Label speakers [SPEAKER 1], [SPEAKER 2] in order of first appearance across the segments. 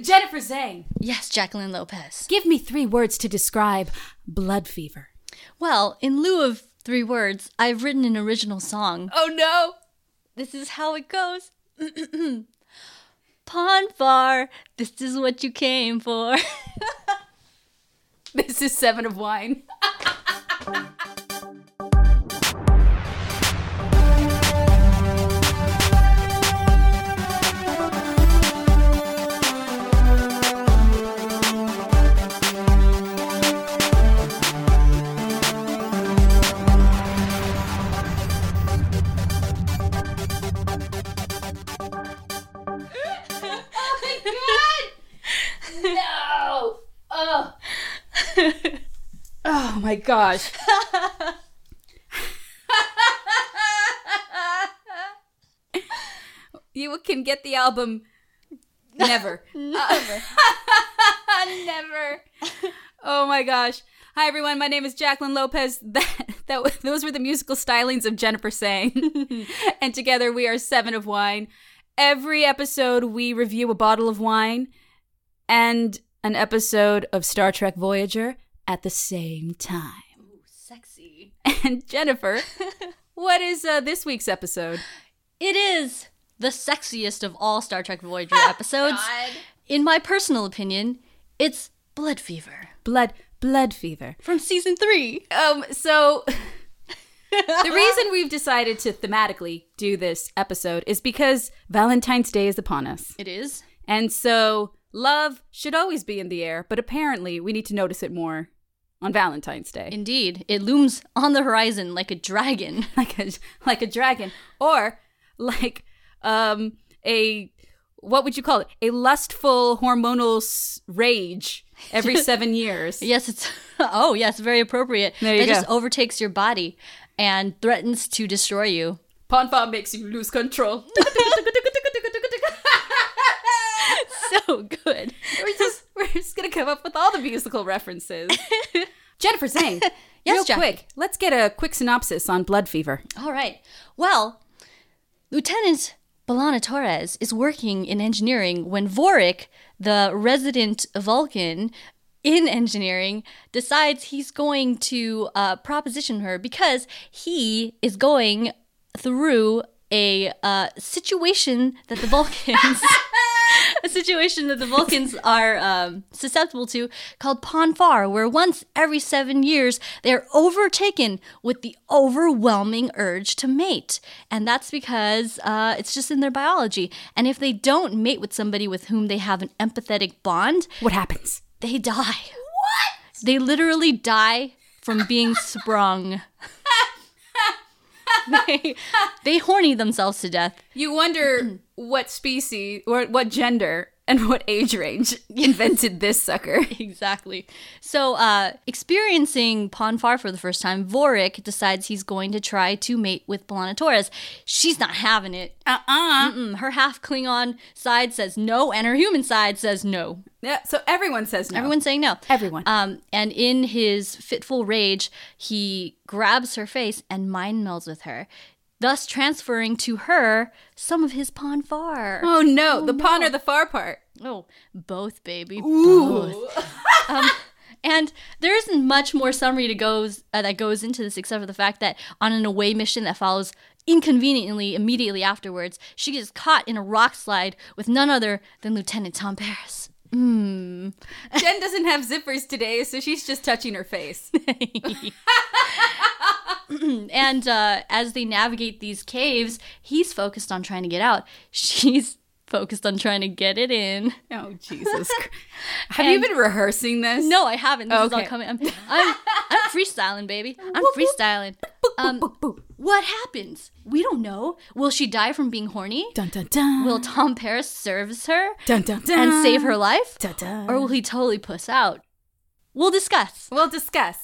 [SPEAKER 1] Jennifer Zhang,
[SPEAKER 2] Yes, Jacqueline Lopez.
[SPEAKER 1] give me three words to describe blood fever.
[SPEAKER 2] Well, in lieu of three words, I've written an original song.
[SPEAKER 1] Oh no!
[SPEAKER 2] This is how it goes. Ponfar, this is what you came for.
[SPEAKER 1] This is Seven of Wine. Oh No! Oh! Oh my gosh. you can get the album never.
[SPEAKER 2] Never.
[SPEAKER 1] never. Oh my gosh. Hi everyone, my name is Jacqueline Lopez. That, that was- those were the musical stylings of Jennifer Sang. and together we are 7 of Wine. Every episode we review a bottle of wine and an episode of Star Trek Voyager at the same time.
[SPEAKER 2] Sexy.
[SPEAKER 1] And Jennifer, what is uh, this week's episode?
[SPEAKER 2] It is the sexiest of all Star Trek Voyager episodes. In my personal opinion, it's Blood Fever
[SPEAKER 1] Blood blood fever.
[SPEAKER 2] from season three.
[SPEAKER 1] Um so the reason we've decided to thematically do this episode is because Valentine's Day is upon us.
[SPEAKER 2] It is.
[SPEAKER 1] And so love should always be in the air, but apparently we need to notice it more on Valentine's Day.
[SPEAKER 2] Indeed. It looms on the horizon like a dragon.
[SPEAKER 1] like a like a dragon or like um a what would you call it? A lustful hormonal s- rage every 7 years.
[SPEAKER 2] Yes, it's oh yes, very appropriate.
[SPEAKER 1] There you
[SPEAKER 2] that
[SPEAKER 1] go.
[SPEAKER 2] just overtakes your body and threatens to destroy you.
[SPEAKER 1] Ponfa makes you lose control.
[SPEAKER 2] so good.
[SPEAKER 1] we're just we're just gonna come up with all the musical references. Jennifer Zhang, real
[SPEAKER 2] Jackie.
[SPEAKER 1] quick, let's get a quick synopsis on blood fever.
[SPEAKER 2] All right. Well, Lieutenant Balana Torres is working in engineering when Vorik, the resident Vulcan in engineering, decides he's going to uh, proposition her because he is going through a uh, situation that the Vulcans. A situation that the Vulcans are um, susceptible to called Ponfar, where once every seven years they're overtaken with the overwhelming urge to mate. And that's because uh, it's just in their biology. And if they don't mate with somebody with whom they have an empathetic bond,
[SPEAKER 1] What happens?
[SPEAKER 2] they die. What? They literally die from being sprung. they, they horny themselves to death.
[SPEAKER 1] You wonder what species or what gender and what age range invented this sucker.
[SPEAKER 2] Exactly. So, uh, experiencing Ponfar for the first time, Vorik decides he's going to try to mate with Belana Torres. She's not having it.
[SPEAKER 1] Uh-uh.
[SPEAKER 2] Mm, Her half Klingon side says no, and her human side says no.
[SPEAKER 1] Yeah, so everyone says no.
[SPEAKER 2] Everyone's saying no.
[SPEAKER 1] Everyone.
[SPEAKER 2] Um, and in his fitful rage, he grabs her face and mind melds with her, thus transferring to her some of his Ponfar.
[SPEAKER 1] oh no, the pon or the far part.
[SPEAKER 2] Oh, both, baby, both. um, and there isn't much more summary to goes uh, that goes into this except for the fact that on an away mission that follows inconveniently immediately afterwards, she gets caught in a rock slide with none other than Lieutenant Tom Paris.
[SPEAKER 1] Jen doesn't have zippers today, so she's just touching her face.
[SPEAKER 2] And uh, as they navigate these caves, he's focused on trying to get out. She's focused on trying to get it in.
[SPEAKER 1] Oh Jesus! Christ. Have you
[SPEAKER 2] And-
[SPEAKER 1] been rehearsing this?
[SPEAKER 2] No, I haven't. This is all
[SPEAKER 1] Okay.
[SPEAKER 2] coming. I'm, I'm, I'm freestyling, baby. I'm freestyling. Um, What happens? We don't know. Will she die from being horny?
[SPEAKER 1] Dun dun dun.
[SPEAKER 2] Will Tom Paris serves her
[SPEAKER 1] dun dun dun.
[SPEAKER 2] and save her life?
[SPEAKER 1] Dun, dun.
[SPEAKER 2] Or will he totally puss out? We'll discuss.
[SPEAKER 1] We'll discuss.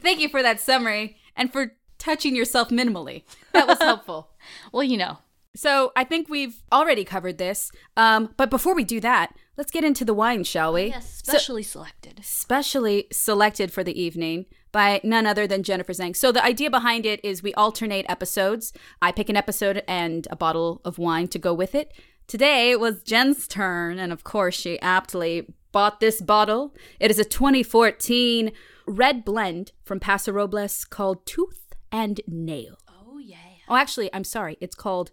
[SPEAKER 1] Thank you for that summary and for touching yourself minimally. That was helpful.
[SPEAKER 2] Well, you know.
[SPEAKER 1] so I think we've already covered this. Um, but before we do that, let's get into the wine, shall we?
[SPEAKER 2] Yes, specially selected.
[SPEAKER 1] specially selected for the evening by none other than Jennifer Zhang. So the idea behind it is we alternate episodes. I pick an episode and a bottle of wine to go with it. Today it was Jen's turn, and of course, she aptly bought this bottle. It is a 2014 red blend from Paso Robles called Tooth and Nail.
[SPEAKER 2] Oh yeah.
[SPEAKER 1] Oh, actually, I'm sorry. It's called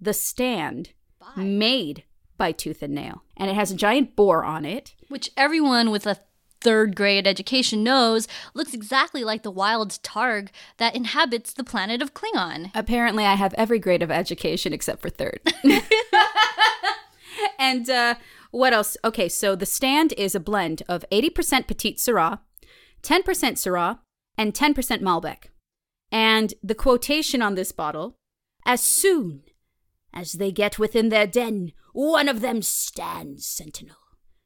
[SPEAKER 1] The Stand, made by Tooth and Nail. And it has a giant boar on it.
[SPEAKER 2] Which everyone with a third grade education knows looks exactly like the wild targ that inhabits the planet of Klingon.
[SPEAKER 1] Apparently, I have every grade of education except for third. and uh, what else? Okay, so the stand is a blend of 80% Petite Syrah, 10% Syrah, and 10% Malbec. And the quotation on this bottle as soon as they get within their den, one of them stands sentinel.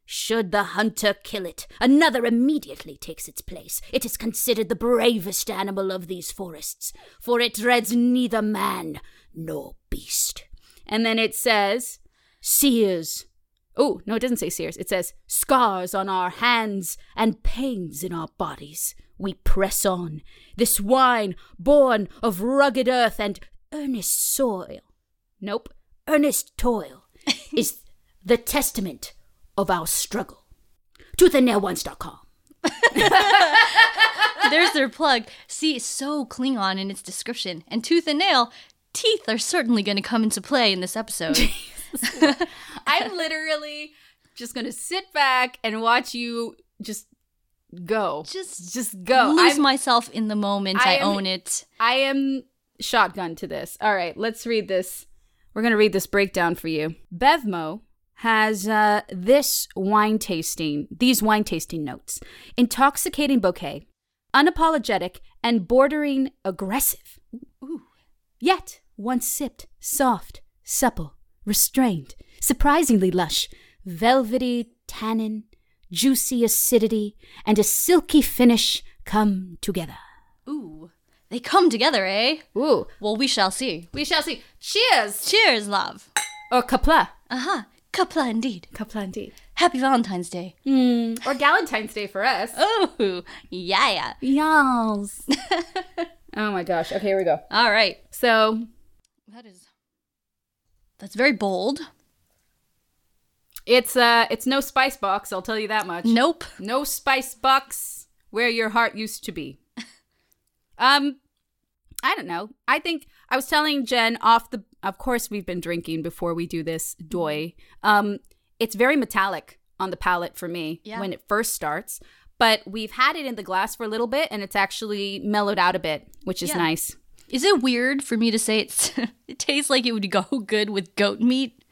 [SPEAKER 1] Should the hunter kill it, another immediately takes its place. It is considered the bravest animal of these forests, for it dreads neither man nor beast. And then it says, Sears. Oh, no, it doesn't say sears. It says, Scars on our hands and pains in our bodies. We press on. This wine, born of rugged earth and earnest soil. Nope. Earnest toil is the testament of our struggle. Toothandnailonce.com.
[SPEAKER 2] There's their plug. See, it's so Klingon in its description. And tooth and nail, teeth are certainly going to come into play in this episode.
[SPEAKER 1] I'm literally just gonna sit back and watch you just go.
[SPEAKER 2] Just
[SPEAKER 1] just go.
[SPEAKER 2] Lose
[SPEAKER 1] I'm,
[SPEAKER 2] myself in the moment. I,
[SPEAKER 1] I am-
[SPEAKER 2] own it.
[SPEAKER 1] I am shotgun to this. All right, let's read this. We're gonna read this breakdown for you. Bevmo has uh, this wine tasting, these wine tasting notes: intoxicating bouquet, unapologetic, and bordering aggressive. Yet, once sipped, soft, supple, restrained, surprisingly lush, velvety tannin, juicy acidity, and a silky finish come together.
[SPEAKER 2] Ooh. They come together, eh?
[SPEAKER 1] Ooh,
[SPEAKER 2] Well, we shall see.
[SPEAKER 1] we shall see. Cheers!
[SPEAKER 2] Cheers, love.
[SPEAKER 1] Or kapla.
[SPEAKER 2] Aha. Kapla indeed.
[SPEAKER 1] Kapla indeed.
[SPEAKER 2] Happy Valentine's Day.
[SPEAKER 1] Hmm, Or Galentine's Day for us.
[SPEAKER 2] Oh, yeah, yeah.
[SPEAKER 1] Yas. oh my gosh. Okay, here we go.
[SPEAKER 2] All right.
[SPEAKER 1] So,
[SPEAKER 2] That is. That's very bold.
[SPEAKER 1] it's uh it's no spice box, I'll tell you that much.
[SPEAKER 2] Nope.
[SPEAKER 1] No spice box where your heart used to be. um I don't know. I think I was telling Jen off the of course we've been drinking before we do this doy. Um it's very metallic on the palate for me
[SPEAKER 2] Yeah.
[SPEAKER 1] when it first starts, but we've had it in the glass for a little bit and it's actually mellowed out a bit, which is
[SPEAKER 2] Yeah.
[SPEAKER 1] nice.
[SPEAKER 2] Is it weird for me to say it's? it tastes like it would go good with goat meat.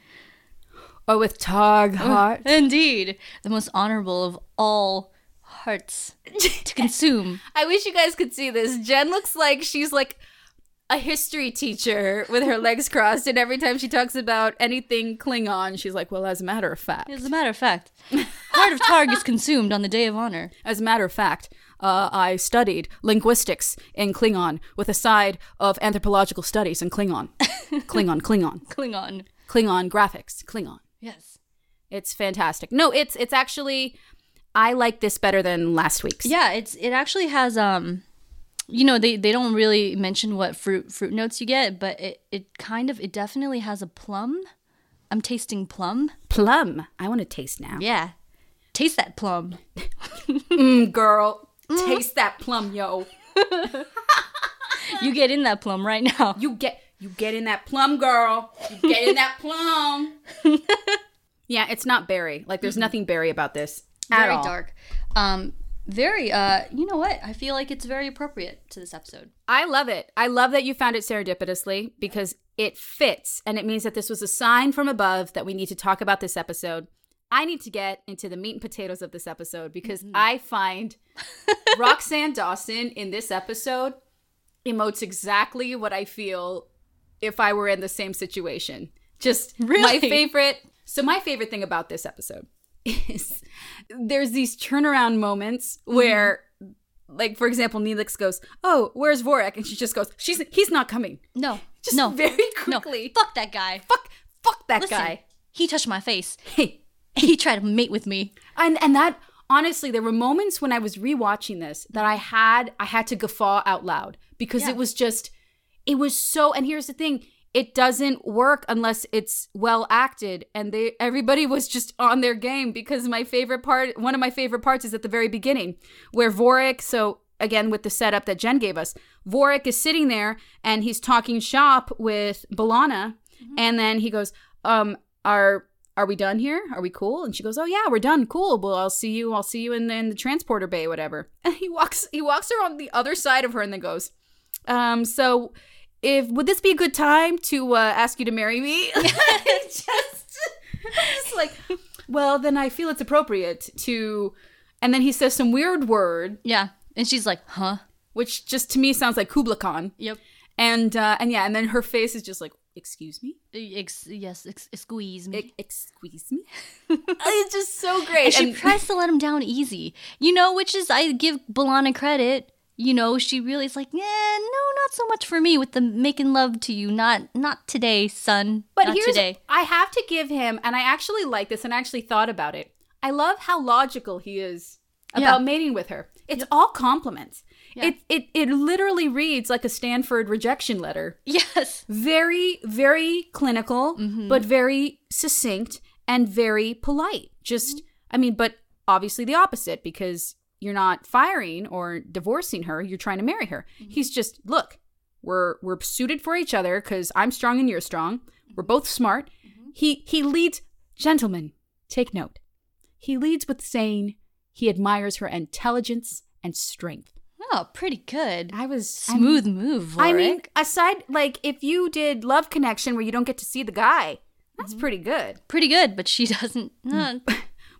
[SPEAKER 1] Or with Targ
[SPEAKER 2] Oh.
[SPEAKER 1] heart.
[SPEAKER 2] Indeed, the most honorable of all hearts to consume.
[SPEAKER 1] I wish you guys could see this. Jen looks like she's like a history teacher with her legs crossed, and every time she talks about anything Klingon, she's like, "Well, as a matter of fact,
[SPEAKER 2] As a matter of fact, heart of targ is consumed on the day of honor.
[SPEAKER 1] as a matter of fact, uh, I studied linguistics in Klingon with a side of anthropological studies in Klingon, Klingon, Klingon,
[SPEAKER 2] Klingon.
[SPEAKER 1] Klingon graphics, Klingon.
[SPEAKER 2] Yes.
[SPEAKER 1] It's fantastic. No, it's it's actually." I like this better than last week's.
[SPEAKER 2] Yeah, it's it actually has um you know, they, they don't really mention what fruit fruit notes you get, but it, it kind of it definitely has a plum. I'm tasting plum.
[SPEAKER 1] Plum. I want to taste now.
[SPEAKER 2] Yeah. Taste that plum.
[SPEAKER 1] Mm, girl, taste that plum, yo.
[SPEAKER 2] You get in that plum right now.
[SPEAKER 1] You get you get in that plum girl. You get in that plum. yeah, it's not berry. Like there's nothing berry about this. At
[SPEAKER 2] very
[SPEAKER 1] all.
[SPEAKER 2] dark. Um very uh you know what? I feel like it's very appropriate to this episode.
[SPEAKER 1] I love it. I love that you found it serendipitously because it fits and it means that this was a sign from above that we need to talk about this episode. I need to get into the meat and potatoes of this episode because
[SPEAKER 2] Mm-hmm.
[SPEAKER 1] I find Roxanne Dawson in this episode emotes exactly what I feel if I were in the same situation. Just my
[SPEAKER 2] Really?
[SPEAKER 1] favorite. So my favorite thing about this episode is there's these turnaround moments
[SPEAKER 2] Mm-hmm.
[SPEAKER 1] where like for example Neelix goes, "Oh, where's Vorak?" and she just goes, "She's he's not coming."
[SPEAKER 2] No.
[SPEAKER 1] Just
[SPEAKER 2] no.
[SPEAKER 1] very
[SPEAKER 2] no.
[SPEAKER 1] quickly.
[SPEAKER 2] Fuck that guy.
[SPEAKER 1] Fuck fuck that
[SPEAKER 2] Listen,
[SPEAKER 1] guy.
[SPEAKER 2] He touched my face.
[SPEAKER 1] Hey,
[SPEAKER 2] He tried to mate with me.
[SPEAKER 1] and and that honestly there were moments when i was rewatching this that i had i had to guffaw out loud because
[SPEAKER 2] Yeah.
[SPEAKER 1] it was just it was so and here's the thing it doesn't work unless it's well acted and they everybody was just on their game because my favorite part one of my favorite parts is at the very beginning where Vorik so again with the setup that Jen gave us Vorik is sitting there and he's talking shop with Balana and then he goes um are are we done here are we cool and she goes oh yeah we're done cool well I'll see you I'll see you in, in the transporter bay whatever and he walks he walks her on the other side of her and then goes um so if would this be a good time to uh, ask you to marry me? It's just, it's like, well, then I feel it's appropriate to. And then he says some weird word,
[SPEAKER 2] Yeah. And she's like, huh?
[SPEAKER 1] which just to me sounds like Kubla Khan.
[SPEAKER 2] Yep.
[SPEAKER 1] And uh, and yeah, and then her face is just like, excuse me,
[SPEAKER 2] E, Ex- yes, ex- squeeze me.
[SPEAKER 1] E- excuse me. it's just so great.
[SPEAKER 2] and she tries to let him down easy. You know, which is I give Balana credit. You know, she really is like, yeah, no, not so much for me with the making love to you. Not not today, son.
[SPEAKER 1] But
[SPEAKER 2] not
[SPEAKER 1] here's
[SPEAKER 2] today.
[SPEAKER 1] I have to give him, and I actually like this, and I actually thought about it. I love how logical he is about
[SPEAKER 2] Yeah.
[SPEAKER 1] mating with her. It's all compliments. It it it literally reads like a Stanford rejection letter.
[SPEAKER 2] Yes.
[SPEAKER 1] Very very clinical, but very succinct and very polite. Just I mean, but obviously the opposite because you're not firing or divorcing her. You're trying to marry her. He's just look, we're we're suited for each other because I'm strong and you're strong. We're both smart. He he leads gentlemen, take note. He leads with saying he admires her intelligence and strength.
[SPEAKER 2] Oh, pretty good.
[SPEAKER 1] I was
[SPEAKER 2] Smooth move,
[SPEAKER 1] I
[SPEAKER 2] Vorik.
[SPEAKER 1] mean, aside like if you did Love Connection where you don't get to see the guy, that's pretty good.
[SPEAKER 2] pretty good, but she doesn't. No, no,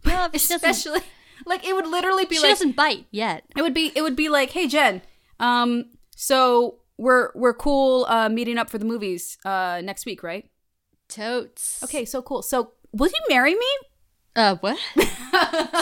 [SPEAKER 2] she doesn't.
[SPEAKER 1] Especially like it would literally be
[SPEAKER 2] She
[SPEAKER 1] like
[SPEAKER 2] doesn't bite yet.
[SPEAKER 1] it would be it would be like, hey Jen, um, so we're we're cool uh, meeting up for the movies uh, next week, right?
[SPEAKER 2] Totes.
[SPEAKER 1] Okay, so cool. So will you marry me?
[SPEAKER 2] Uh, what?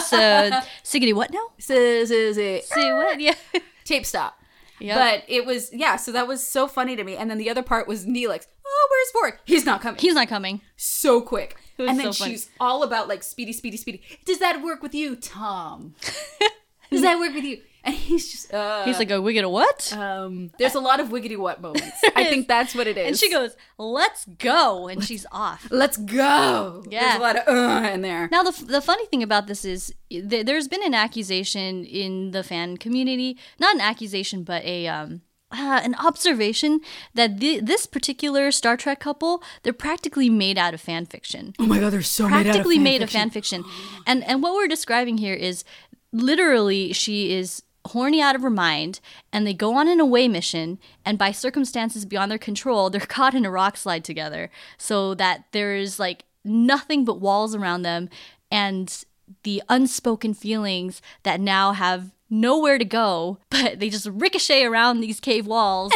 [SPEAKER 2] so, Siggity, what now?
[SPEAKER 1] So, so, so.
[SPEAKER 2] Say what? Yeah.
[SPEAKER 1] Tape stop.
[SPEAKER 2] Yep.
[SPEAKER 1] But it was yeah, so that was so funny to me. And then the other part was Neelix. Oh, where's Vork? He's not coming.
[SPEAKER 2] He's not coming.
[SPEAKER 1] so quick.
[SPEAKER 2] It was
[SPEAKER 1] And then
[SPEAKER 2] so funny.
[SPEAKER 1] she's all about like speedy, speedy, speedy. Does that work with you, Tom? Does that work with you? And he's just uh,
[SPEAKER 2] He's like, a wig a what?
[SPEAKER 1] um, there's a lot of wiggity what moments. I think that's what it is.
[SPEAKER 2] and she goes, let's go. And she's off.
[SPEAKER 1] "Let's go."
[SPEAKER 2] Yeah.
[SPEAKER 1] there's a lot of uh in there.
[SPEAKER 2] Now, the, f- the funny thing about this is th- there's been an accusation in the fan community, not an accusation, but a. Um, uh, an observation that th- this particular Star Trek couple, they're practically made out of fan fiction.
[SPEAKER 1] Oh my god, they're so
[SPEAKER 2] practically made a fan fiction. And and what we're describing here is literally she is horny out of her mind and they go on an away mission and by circumstances beyond their control they're caught in a rock slide together so that there is like nothing but walls around them and the unspoken feelings that now have nowhere to go but they just ricochet around these cave walls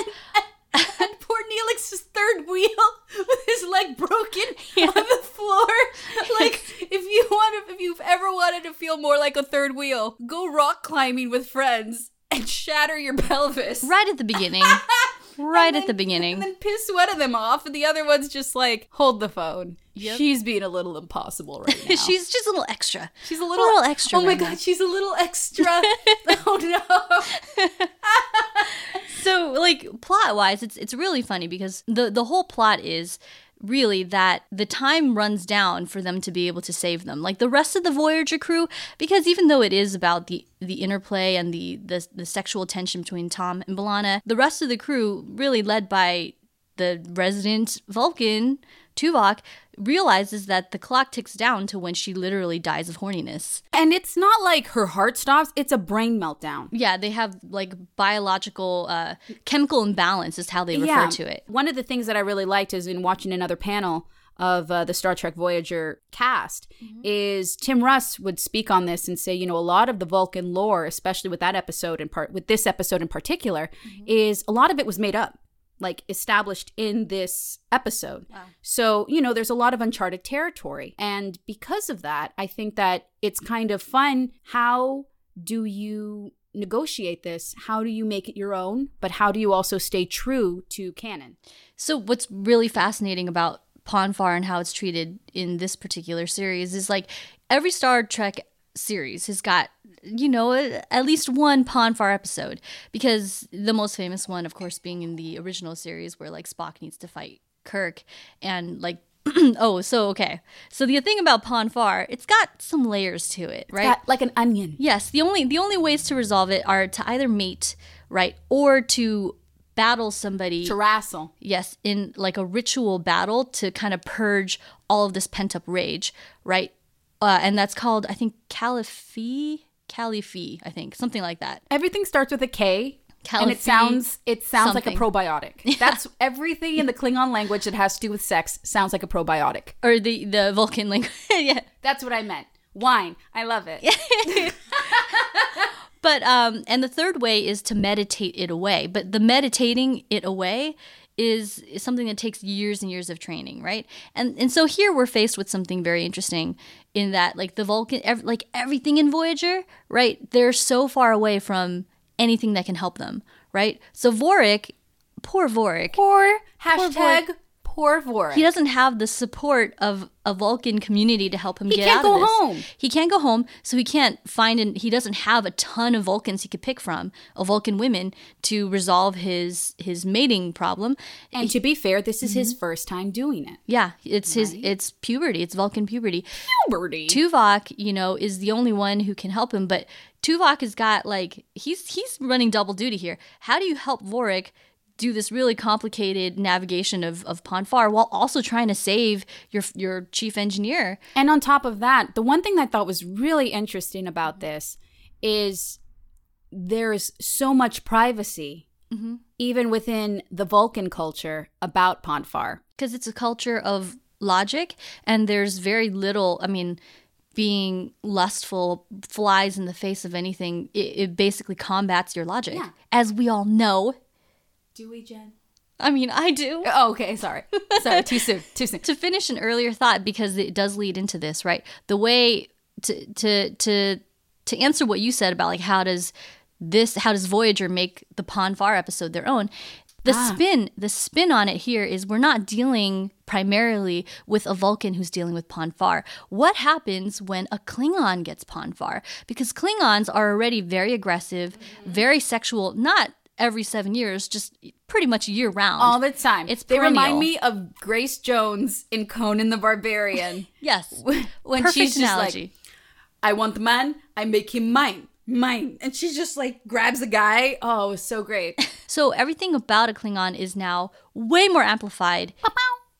[SPEAKER 1] And poor Neelix's third wheel with his leg broken on the floor. Like if you want to, if you've ever wanted to feel more like a third wheel, go rock climbing with friends and shatter your pelvis.
[SPEAKER 2] right at the beginning right at the beginning
[SPEAKER 1] And then piss one of them off, and the other one's just like, hold the phone.
[SPEAKER 2] Yep.
[SPEAKER 1] She's being a little impossible right now.
[SPEAKER 2] she's just a little extra
[SPEAKER 1] she's a little,
[SPEAKER 2] little extra
[SPEAKER 1] Oh my
[SPEAKER 2] right
[SPEAKER 1] god,
[SPEAKER 2] now.
[SPEAKER 1] she's a little extra. oh no.
[SPEAKER 2] so like plot wise it's it's really funny because the the whole plot is really that the time runs down for them to be able to save them like the rest of the voyager crew because even though it is about the the interplay and the the, the sexual tension between tom and balana the rest of the crew really led by the resident vulcan tuvok realizes that the clock ticks down to when she literally dies of horniness
[SPEAKER 1] And it's not like her heart stops, it's a brain meltdown.
[SPEAKER 2] yeah they have like biological uh chemical imbalance is how they refer to it
[SPEAKER 1] One of the things that I really liked is in watching another panel of uh, the Star Trek Voyager cast
[SPEAKER 2] Mm-hmm.
[SPEAKER 1] is Tim Russ would speak on this and say, you know, a lot of the Vulcan lore, especially with that episode and part with this episode in particular,
[SPEAKER 2] Mm-hmm.
[SPEAKER 1] is a lot of it was made up, like established in this episode. So, you know, there's a lot of uncharted territory. And because of that, I think that it's kind of fun how do you negotiate this? How do you make it your own? But how do you also stay true to canon?
[SPEAKER 2] So what's really fascinating about Ponfar and how it's treated in this particular series is like every Star Trek series has got you know a- at least one Ponfar episode because the most famous one of course being in the original series where like Spock needs to fight Kirk and like oh, so okay. So the thing about Ponfar, it's got some layers to it, right?
[SPEAKER 1] Got like an onion.
[SPEAKER 2] Yes, the only the only ways to resolve it are to either mate, right, or to battle somebody.
[SPEAKER 1] To wrestle.
[SPEAKER 2] yes, in like a ritual battle to kind of purge all of this pent up rage, right? Uh, and that's called I think caliphy, caliphy, I think something like that.
[SPEAKER 1] Everything starts with a K. and
[SPEAKER 2] Caliphy
[SPEAKER 1] it sounds it sounds like
[SPEAKER 2] something.
[SPEAKER 1] a probiotic. That's everything in the Klingon language that has to do with sex sounds like a probiotic.
[SPEAKER 2] Or the the Vulcan language, yeah.
[SPEAKER 1] That's what I meant. Wine. I love it.
[SPEAKER 2] But um, and the third way is to meditate it away. But the meditating it away is, is something that takes years and years of training, right? And and so here we're faced with something very interesting in that like the Vulcan, ev- like everything in Voyager, right? They're so far away from anything that can help them, right? So Vorik, poor Vorik,
[SPEAKER 1] Poor hashtag poor Vorik.
[SPEAKER 2] he doesn't have the support of a Vulcan community to help him get
[SPEAKER 1] can't
[SPEAKER 2] out of
[SPEAKER 1] go
[SPEAKER 2] this.
[SPEAKER 1] home.
[SPEAKER 2] He can't go home, so he can't find and he doesn't have a ton of Vulcans he could pick from, of Vulcan women to resolve his his mating problem.
[SPEAKER 1] and to be fair, this is his first time doing it.
[SPEAKER 2] Yeah, it's his it's puberty, it's Vulcan puberty.
[SPEAKER 1] Puberty.
[SPEAKER 2] Tuvok, you know, is the only one who can help him, but Tuvok has got like he's he's running double duty here. How do you help Vorik do this really complicated navigation of of Ponfar while also trying to save your your chief engineer?
[SPEAKER 1] And on top of that, the one thing that I thought was really interesting about this is there's so much privacy, even within the Vulcan culture, about Ponfar.
[SPEAKER 2] because it's a culture of logic and there's very little i mean being lustful flies in the face of anything it, it basically combats your logic
[SPEAKER 1] Yeah.
[SPEAKER 2] as we all know
[SPEAKER 1] Do we, Jen?
[SPEAKER 2] i mean i do
[SPEAKER 1] Oh, okay, sorry. Sorry, too soon. Too soon.
[SPEAKER 2] to finish an earlier thought because it does lead into this right the way to to to to answer what you said about like how does this how does voyager make the ponfar episode their own the
[SPEAKER 1] Ah.
[SPEAKER 2] spin the spin on it here is we're not dealing primarily with a vulcan who's dealing with ponfar what happens when a klingon gets ponfar because klingons are already very aggressive
[SPEAKER 1] Mm-hmm.
[SPEAKER 2] very sexual not every 7 years just pretty much year round
[SPEAKER 1] All the time.
[SPEAKER 2] It's
[SPEAKER 1] they remind
[SPEAKER 2] perennial.
[SPEAKER 1] me of Grace Jones in Conan the Barbarian.
[SPEAKER 2] yes
[SPEAKER 1] when
[SPEAKER 2] Perfect
[SPEAKER 1] she's just
[SPEAKER 2] analogy.
[SPEAKER 1] like, I want the man, I make him mine, mine. And she just like grabs the guy. Oh, it was so great.
[SPEAKER 2] So everything about a Klingon is now way more amplified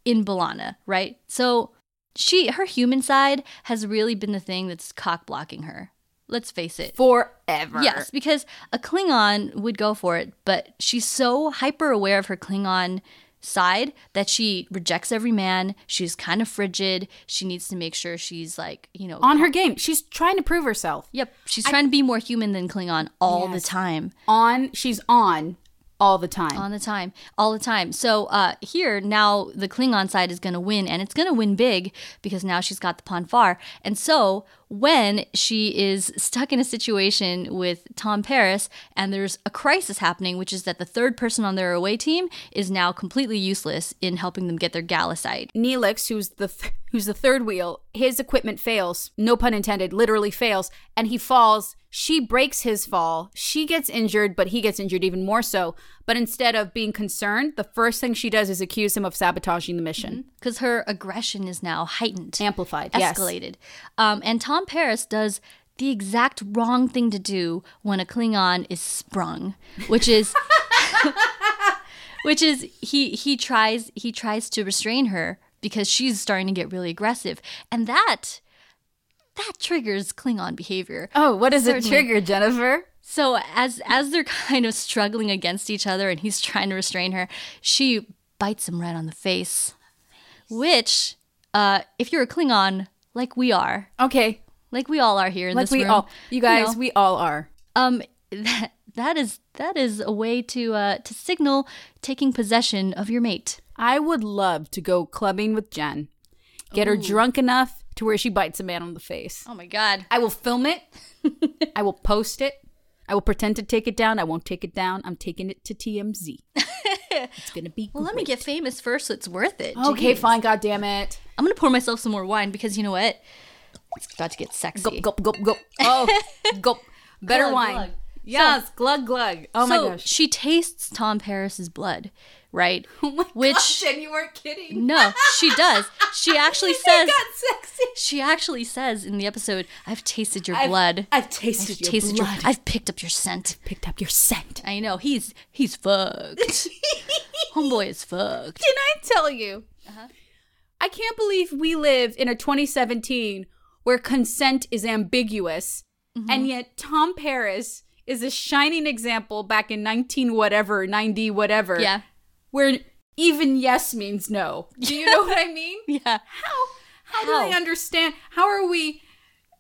[SPEAKER 2] in Balana, right? So she her human side has really been the thing that's cock blocking her. Let's face it.
[SPEAKER 1] Forever.
[SPEAKER 2] Yes, because a Klingon would go for it, but she's so hyper aware of her Klingon side that she rejects every man. She's kind of frigid. She needs to make sure she's like, you know,
[SPEAKER 1] on her game. She's trying to prove herself.
[SPEAKER 2] yep, she's trying to be more human than Klingon all the
[SPEAKER 1] Yes.
[SPEAKER 2] time.
[SPEAKER 1] On, she's on all the time.
[SPEAKER 2] on the time all the time so uh here now the klingon side is going to win and it's going to win big because now she's got the ponfar and so when she is stuck in a situation with tom paris and there's a crisis happening which is that the third person on their away team is now completely useless in helping them get their galicite
[SPEAKER 1] Neelix, who's the th- who's the third wheel, his equipment fails. No pun intended. Literally fails, and he falls. She breaks his fall. She gets injured, but he gets injured even more so. But instead of being concerned, the first thing she does is accuse him of sabotaging the mission.
[SPEAKER 2] because her aggression is now heightened
[SPEAKER 1] Amplified, yes.
[SPEAKER 2] escalated um, and tom paris does the exact wrong thing to do when a klingon is sprung which is which is he he tries he tries to restrain her because she's starting to get really aggressive and that that triggers klingon behavior
[SPEAKER 1] Oh, what does it
[SPEAKER 2] Certainly.
[SPEAKER 1] trigger, Jennifer?
[SPEAKER 2] so as as they're kind of struggling against each other and he's trying to restrain her, she bites him right on the face. Which, uh, if you're a Klingon, like we are,
[SPEAKER 1] Okay,
[SPEAKER 2] like we all are here in
[SPEAKER 1] like
[SPEAKER 2] this
[SPEAKER 1] we
[SPEAKER 2] room,
[SPEAKER 1] all, you guys,
[SPEAKER 2] know,
[SPEAKER 1] we all are.
[SPEAKER 2] um, that, that is that is a way to uh, to signal taking possession of your mate.
[SPEAKER 1] I would love to go clubbing with Jen, get her drunk enough to where she bites a man on the face.
[SPEAKER 2] Oh my God!
[SPEAKER 1] I will film it. I will post it. I will pretend to take it down. I won't take it down. I'm taking it to TMZ. it's gonna be
[SPEAKER 2] Well, let me get famous first, so it's worth it.
[SPEAKER 1] okay.
[SPEAKER 2] Jeez.
[SPEAKER 1] Fine. God damn it.
[SPEAKER 2] I'm gonna pour myself some more wine because you know what? It's about to get sexy.
[SPEAKER 1] Gulp gulp gulp gulp. Oh, gulp. Better
[SPEAKER 2] Glug,
[SPEAKER 1] wine.
[SPEAKER 2] glug.
[SPEAKER 1] Yes, glug glug. Oh my
[SPEAKER 2] so
[SPEAKER 1] gosh.
[SPEAKER 2] she tastes Tom Paris's blood, right?
[SPEAKER 1] Oh my
[SPEAKER 2] Which-
[SPEAKER 1] gosh, and you weren't kidding.
[SPEAKER 2] No, she does. She actually
[SPEAKER 1] It
[SPEAKER 2] says
[SPEAKER 1] got sexy.
[SPEAKER 2] she actually says in the episode, "I've tasted your
[SPEAKER 1] I've-
[SPEAKER 2] blood.
[SPEAKER 1] I've, tasted your
[SPEAKER 2] tasted
[SPEAKER 1] blood.
[SPEAKER 2] your I've picked up your scent."
[SPEAKER 1] picked up your scent.
[SPEAKER 2] I know he's he's fucked. Homeboy is fucked.
[SPEAKER 1] Can I tell you?
[SPEAKER 2] Uh-huh.
[SPEAKER 1] I can't believe we live in a 2017 where consent is ambiguous,
[SPEAKER 2] Mm-hmm.
[SPEAKER 1] and yet Tom Paris is a shining example back in 19 whatever, 90 whatever,
[SPEAKER 2] Yeah.
[SPEAKER 1] where even yes means no. Do you know what I mean?
[SPEAKER 2] Yeah.
[SPEAKER 1] How how,
[SPEAKER 2] How?
[SPEAKER 1] do they understand? How are we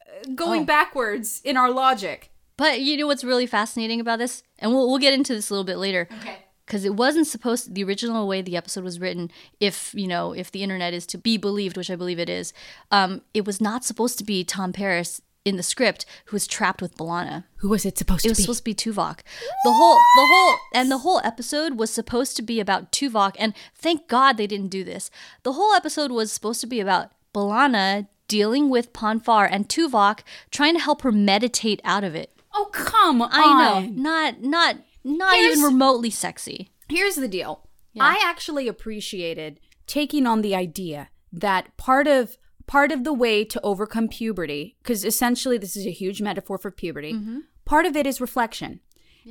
[SPEAKER 1] uh, going
[SPEAKER 2] Oh.
[SPEAKER 1] backwards in our logic?
[SPEAKER 2] But you know what's really fascinating about this? And we'll we'll get into this a little bit later.
[SPEAKER 1] Okay.
[SPEAKER 2] Because it wasn't supposed the original way the episode was written, if you know, if the internet is to be believed, which I believe it is, um, it was not supposed to be Tom Paris in the script who was trapped with Balana.
[SPEAKER 1] Who was it supposed
[SPEAKER 2] It was supposed to be Tuvok. The whole, the whole, and the whole episode was supposed to be about Tuvok. And thank God they didn't do this. The whole episode was supposed to be about Balana dealing with Ponfar and Tuvok trying to help her meditate out of it.
[SPEAKER 1] oh come on!
[SPEAKER 2] I know, not, not, not
[SPEAKER 1] Here's-
[SPEAKER 2] even remotely sexy.
[SPEAKER 1] Here's the deal. I actually appreciated taking on the idea that part of part of the way to overcome puberty, because essentially this is a huge metaphor for puberty.
[SPEAKER 2] Mm-hmm.
[SPEAKER 1] Part of it is reflection,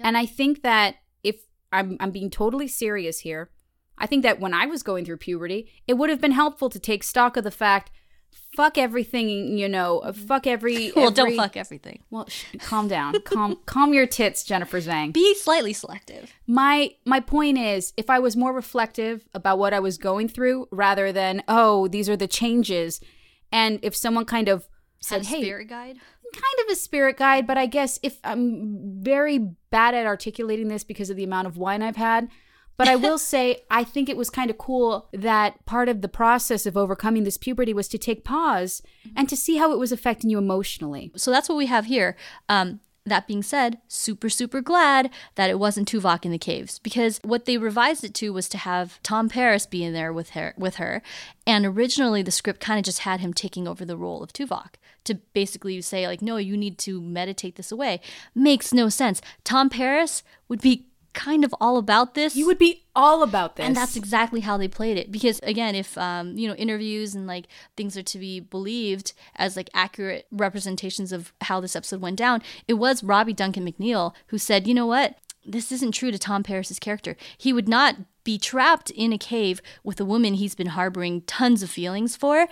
[SPEAKER 1] and I think that if I'm I'm being totally serious here, I think that when I was going through puberty, it would have been helpful to take stock of the fact, fuck everything, you know, fuck every.
[SPEAKER 2] Mm-hmm. Well, don't
[SPEAKER 1] every-
[SPEAKER 2] fuck everything.
[SPEAKER 1] Well, sh- calm down, calm calm your tits, Jennifer Zhang
[SPEAKER 2] Be slightly selective.
[SPEAKER 1] my my point is if i was more reflective about what i was going through rather than oh these are the changes and if someone kind of said hey
[SPEAKER 2] guide.
[SPEAKER 1] kind of a spirit guide but i guess if i'm very bad at articulating this because of the amount of wine i've had but i will say i think it was kind of cool that part of the process of overcoming this puberty was to take pause and to see how it was affecting you emotionally
[SPEAKER 2] So that's what we have here. Um, that being said, super, super glad that it wasn't Tuvok in the caves because what they revised it to was to have Tom Paris be in there with her. With her, and originally the script kind of just had him taking over the role of Tuvok to basically say like, no, you need to meditate this away. Makes no sense. Tom Paris would be kind of all about this.
[SPEAKER 1] you would be all about this
[SPEAKER 2] And that's exactly how they played it. Because again, if um, you know interviews and like things are to be believed as like accurate representations of how this episode went down, it was Robbie Duncan McNeil who said, you know what, this isn't true to Tom Paris's character. He would not be trapped in a cave with a woman he's been harboring tons of feelings for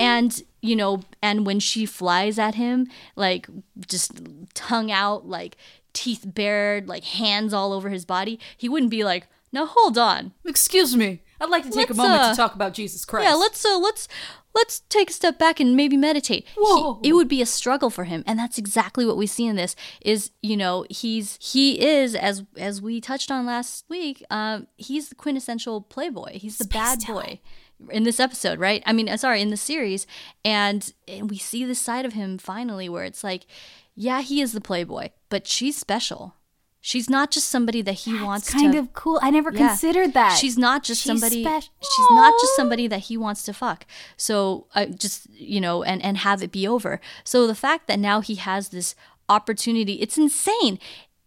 [SPEAKER 2] and you know and when she flies at him like just tongue out like teeth bared like hands all over his body he wouldn't be like now hold on
[SPEAKER 1] excuse me i'd like to take
[SPEAKER 2] Let's, moment to uh,
[SPEAKER 1] talk about jesus christ
[SPEAKER 2] yeah, let's uh, let's let's take a step back and maybe meditate. He-
[SPEAKER 1] Whoa.
[SPEAKER 2] it would be a struggle for him, and that's exactly what we see in this. Is you know he's he is as as we touched on last week. Um, he's the quintessential playboy. He's the bad boy in this episode, right? I mean, uh, sorry, in the series, and, and we see this side of him finally where it's like, yeah, he is the playboy, but she's special. She's not just somebody that he wants to
[SPEAKER 1] kind of cool. I never
[SPEAKER 2] yeah.
[SPEAKER 1] considered that.
[SPEAKER 2] She's not just
[SPEAKER 1] She's
[SPEAKER 2] somebody.
[SPEAKER 1] spec-
[SPEAKER 2] She's not just
[SPEAKER 1] Aw.
[SPEAKER 2] somebody that he wants to fuck. So uh, just you know, and and have it be over. So the fact that now he has this opportunity, it's insane.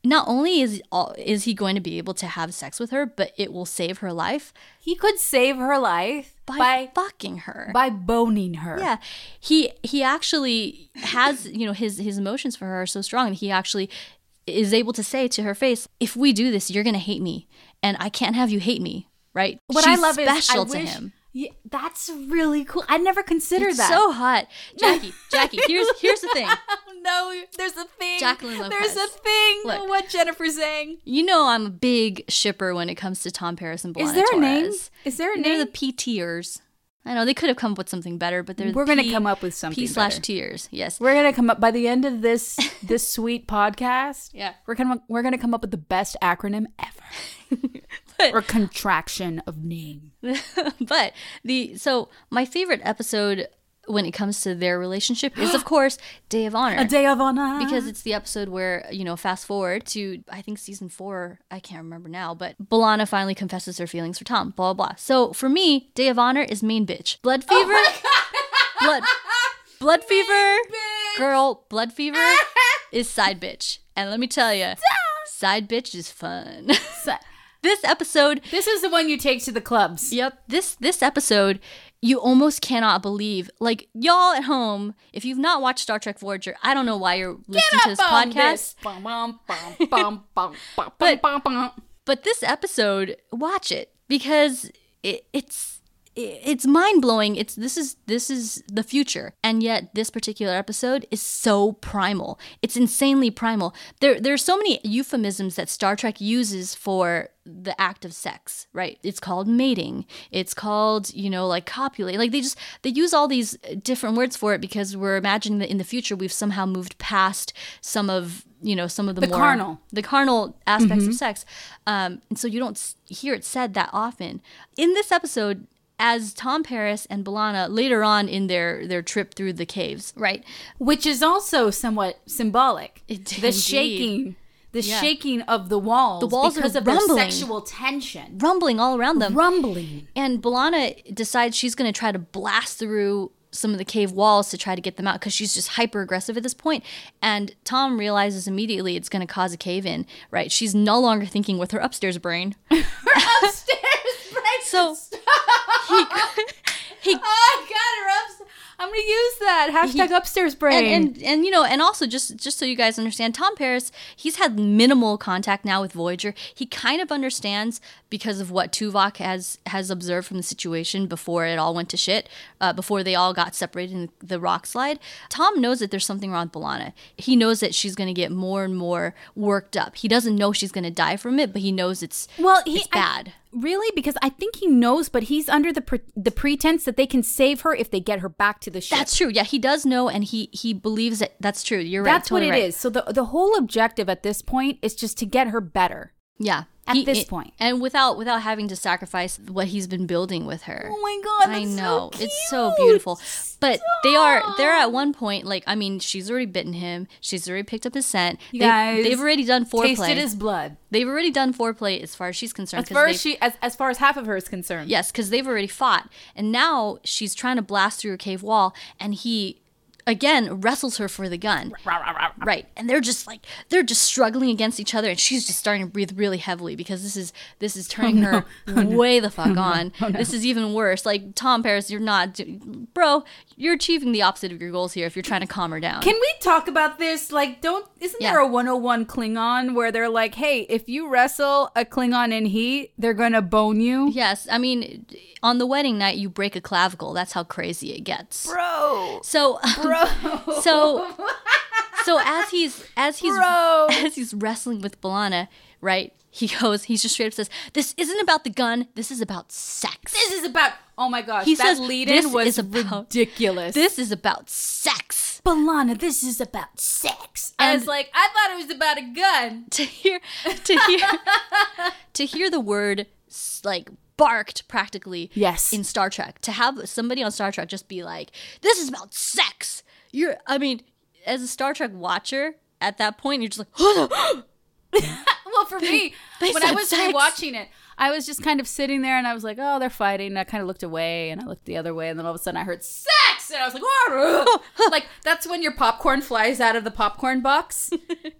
[SPEAKER 2] Not only is all, is he going to be able to have sex with her, but it will save her life
[SPEAKER 1] He could save her life
[SPEAKER 2] by,
[SPEAKER 1] by
[SPEAKER 2] fucking her.
[SPEAKER 1] by boning her.
[SPEAKER 2] yeah, he he actually has you know his his emotions for her are so strong that he actually is able to say to her face, "If we do this, you're gonna hate me, and I can't have you hate me." Right?
[SPEAKER 1] What
[SPEAKER 2] She's
[SPEAKER 1] I love
[SPEAKER 2] special
[SPEAKER 1] is I
[SPEAKER 2] to
[SPEAKER 1] wish-
[SPEAKER 2] him.
[SPEAKER 1] Yeah, that's really cool. I never considered
[SPEAKER 2] It's
[SPEAKER 1] that.
[SPEAKER 2] so hot, Jackie. Jackie, here's here's the thing.
[SPEAKER 1] Oh, no, there's a thing.
[SPEAKER 2] Jacqueline Lopez.
[SPEAKER 1] There's a thing.
[SPEAKER 2] Look.
[SPEAKER 1] What Jennifer's saying.
[SPEAKER 2] You know I'm a big shipper when it comes to Tom Paris and Belana
[SPEAKER 1] Is there a name?
[SPEAKER 2] Torres.
[SPEAKER 1] Is there a
[SPEAKER 2] They're
[SPEAKER 1] name?
[SPEAKER 2] the PTers. I know they could have come up with something better, but they're the
[SPEAKER 1] We're gonna
[SPEAKER 2] P-
[SPEAKER 1] come up with something
[SPEAKER 2] P slash
[SPEAKER 1] better.
[SPEAKER 2] tiers. Yes.
[SPEAKER 1] We're gonna come up by the end of this this sweet podcast.
[SPEAKER 2] Yeah.
[SPEAKER 1] we're gonna we're gonna come up with the best acronym ever
[SPEAKER 2] But-
[SPEAKER 1] or contraction of name.
[SPEAKER 2] but the so my favorite episode when it comes to their relationship is of course Day of Honor.
[SPEAKER 1] A day of honor
[SPEAKER 2] because it's the episode where you know fast forward to i think season four i can't remember now but balana finally confesses her feelings for tom blah blah blah so for me day of honor is main bitch blood
[SPEAKER 1] Oh
[SPEAKER 2] fever blood blood fever girl blood fever is side bitch and let me tell you side bitch is fun
[SPEAKER 1] So-
[SPEAKER 2] This episode
[SPEAKER 1] This is the one you take to the clubs.
[SPEAKER 2] Yep. This this episode, you almost cannot believe. Like y'all at home, if you've not watched Star Trek Voyager, I don't know why you're listening to this
[SPEAKER 1] Bum,
[SPEAKER 2] podcast.
[SPEAKER 1] this. Bum, bum, bum, bum, bum, bum, bum, bum, bum.
[SPEAKER 2] But this episode, watch it because it, it's it- it's mind blowing. It's this is this is the future, and yet this particular episode is so primal. It's insanely primal. There there are so many euphemisms that Star Trek uses for the act of sex. Right? It's called mating. It's called you know like copulate. Like they just they use all these uh, different words for it because we're imagining that in the future we've somehow moved past some of you know some of the, more
[SPEAKER 1] carnal.
[SPEAKER 2] the carnal aspects of sex. Um, and so you don't s- hear it said that often. In this episode, as Tom Paris and Balana later on in their, their trip through the caves, right?
[SPEAKER 1] Which is also somewhat symbolic.
[SPEAKER 2] It-
[SPEAKER 1] the
[SPEAKER 2] indeed.
[SPEAKER 1] shaking, the shaking of the walls, the
[SPEAKER 2] walls are
[SPEAKER 1] because of
[SPEAKER 2] rumbling.
[SPEAKER 1] their sexual tension,
[SPEAKER 2] Rumbling all around them.
[SPEAKER 1] rumbling.
[SPEAKER 2] And Balana decides she's going to try to blast through some of the cave walls to try to get them out because she's just hyper aggressive at this point. And Tom realizes immediately it's going to cause a cave in, right? She's no longer thinking with her upstairs brain.
[SPEAKER 1] Upstairs, right?
[SPEAKER 2] So he, he
[SPEAKER 1] Oh, I got her upstairs. I'm gonna use that hashtag upstairs brain.
[SPEAKER 2] and, and and you know and also just just so you guys understand tom paris he's had minimal contact now with voyager he kind of understands because of what tuvok has has observed from the situation before it all went to shit uh, before they all got separated in the rock slide tom knows that there's something wrong with balana he knows that she's going to get more and more worked up he doesn't know she's going to die from it but he knows it's
[SPEAKER 1] well, he
[SPEAKER 2] it's bad
[SPEAKER 1] I, really because I think he knows, but he's under the pre- the pretense that they can save her if they get her back to the ship.
[SPEAKER 2] that's true yeah he does know and he he believes that that's true you're right
[SPEAKER 1] That's
[SPEAKER 2] totally
[SPEAKER 1] what it is.
[SPEAKER 2] right.
[SPEAKER 1] So the the whole objective at this point is just to get her better.
[SPEAKER 2] Yeah.
[SPEAKER 1] At this
[SPEAKER 2] it-
[SPEAKER 1] point.
[SPEAKER 2] And without without having to sacrifice what he's been building with her.
[SPEAKER 1] Oh my god,
[SPEAKER 2] I know. It's so beautiful. But they are they're at one point like I mean, she's already bitten him. She's already picked up his scent.
[SPEAKER 1] You
[SPEAKER 2] They-
[SPEAKER 1] guys
[SPEAKER 2] they've already done foreplay.
[SPEAKER 1] Tasted his blood.
[SPEAKER 2] they've already done foreplay as far as she's concerned.
[SPEAKER 1] As
[SPEAKER 2] 'cause
[SPEAKER 1] far
[SPEAKER 2] they've-
[SPEAKER 1] as she, as, as far as half of her is concerned.
[SPEAKER 2] Yes, because they've already fought. And now she's trying to blast through a cave wall, and he, again, wrestles her for the gun. Right. And they're just like, they're just struggling against each other, and she's just starting to breathe really heavily because this is this is turning
[SPEAKER 1] Oh,
[SPEAKER 2] her way the fuck on. This is even worse. Like, Tom Paris, you're not, do- bro, you're achieving the opposite of your goals here if you're trying to calm her down.
[SPEAKER 1] Can we talk about this? Like, don't isn't
[SPEAKER 2] Yeah.
[SPEAKER 1] there a 101 Klingon where they're like, "Hey, if you wrestle a Klingon in heat, they're gonna bone you."
[SPEAKER 2] yes. I mean, on the wedding night, you break a clavicle. That's how crazy it gets.
[SPEAKER 1] Bro,
[SPEAKER 2] So,
[SPEAKER 1] bro,
[SPEAKER 2] so so as he's as he's
[SPEAKER 1] Bro.
[SPEAKER 2] as he's wrestling with Balana, right? He goes, he's just straight up says, "This isn't about the gun. This is about sex.
[SPEAKER 1] this is about. Oh my gosh,
[SPEAKER 2] He
[SPEAKER 1] that
[SPEAKER 2] says, "This
[SPEAKER 1] lead-in was
[SPEAKER 2] is about-
[SPEAKER 1] ridiculous.
[SPEAKER 2] This is about sex."
[SPEAKER 1] Balana, this is about sex. I was
[SPEAKER 2] And-
[SPEAKER 1] like, I thought it was about a gun.
[SPEAKER 2] To hear to hear to hear the word s- like barked practically
[SPEAKER 1] Yes.
[SPEAKER 2] in Star Trek. To have somebody on Star Trek just be like, "This is about sex." You're I mean, as a Star Trek watcher, at that point you're just like,
[SPEAKER 1] Well, for me,
[SPEAKER 2] they
[SPEAKER 1] when I
[SPEAKER 2] said
[SPEAKER 1] was
[SPEAKER 2] sex.
[SPEAKER 1] rewatching it, I was just kind of sitting there and I was like, oh, they're fighting. And I kind of looked away and I looked the other way. And then all of a sudden I heard sex. And I was like, "Oh, ugh." like that's when your popcorn flies out of the popcorn box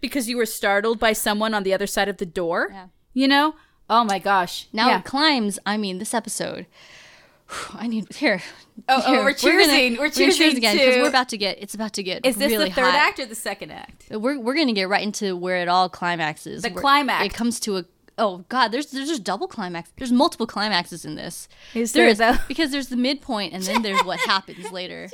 [SPEAKER 1] because you were startled by someone on the other side of the door.
[SPEAKER 2] Yeah.
[SPEAKER 1] You know? Oh my gosh.
[SPEAKER 2] Now
[SPEAKER 1] Yeah.
[SPEAKER 2] it climbs. I mean, this episode. I need here.
[SPEAKER 1] Oh, oh,
[SPEAKER 2] here.
[SPEAKER 1] we're cheersing. We're
[SPEAKER 2] gonna cheers
[SPEAKER 1] cheersing
[SPEAKER 2] again because
[SPEAKER 1] to-
[SPEAKER 2] we're about to get. It's about to get.
[SPEAKER 1] is this
[SPEAKER 2] really
[SPEAKER 1] the third
[SPEAKER 2] hot.
[SPEAKER 1] act or the second act?
[SPEAKER 2] We're we're gonna get right into where it all climaxes.
[SPEAKER 1] The
[SPEAKER 2] Where
[SPEAKER 1] climax.
[SPEAKER 2] It comes to a. Oh God, there's there's just double climax. There's multiple climaxes in this.
[SPEAKER 1] Is there, though?
[SPEAKER 2] because there's the midpoint and then there's what happens later.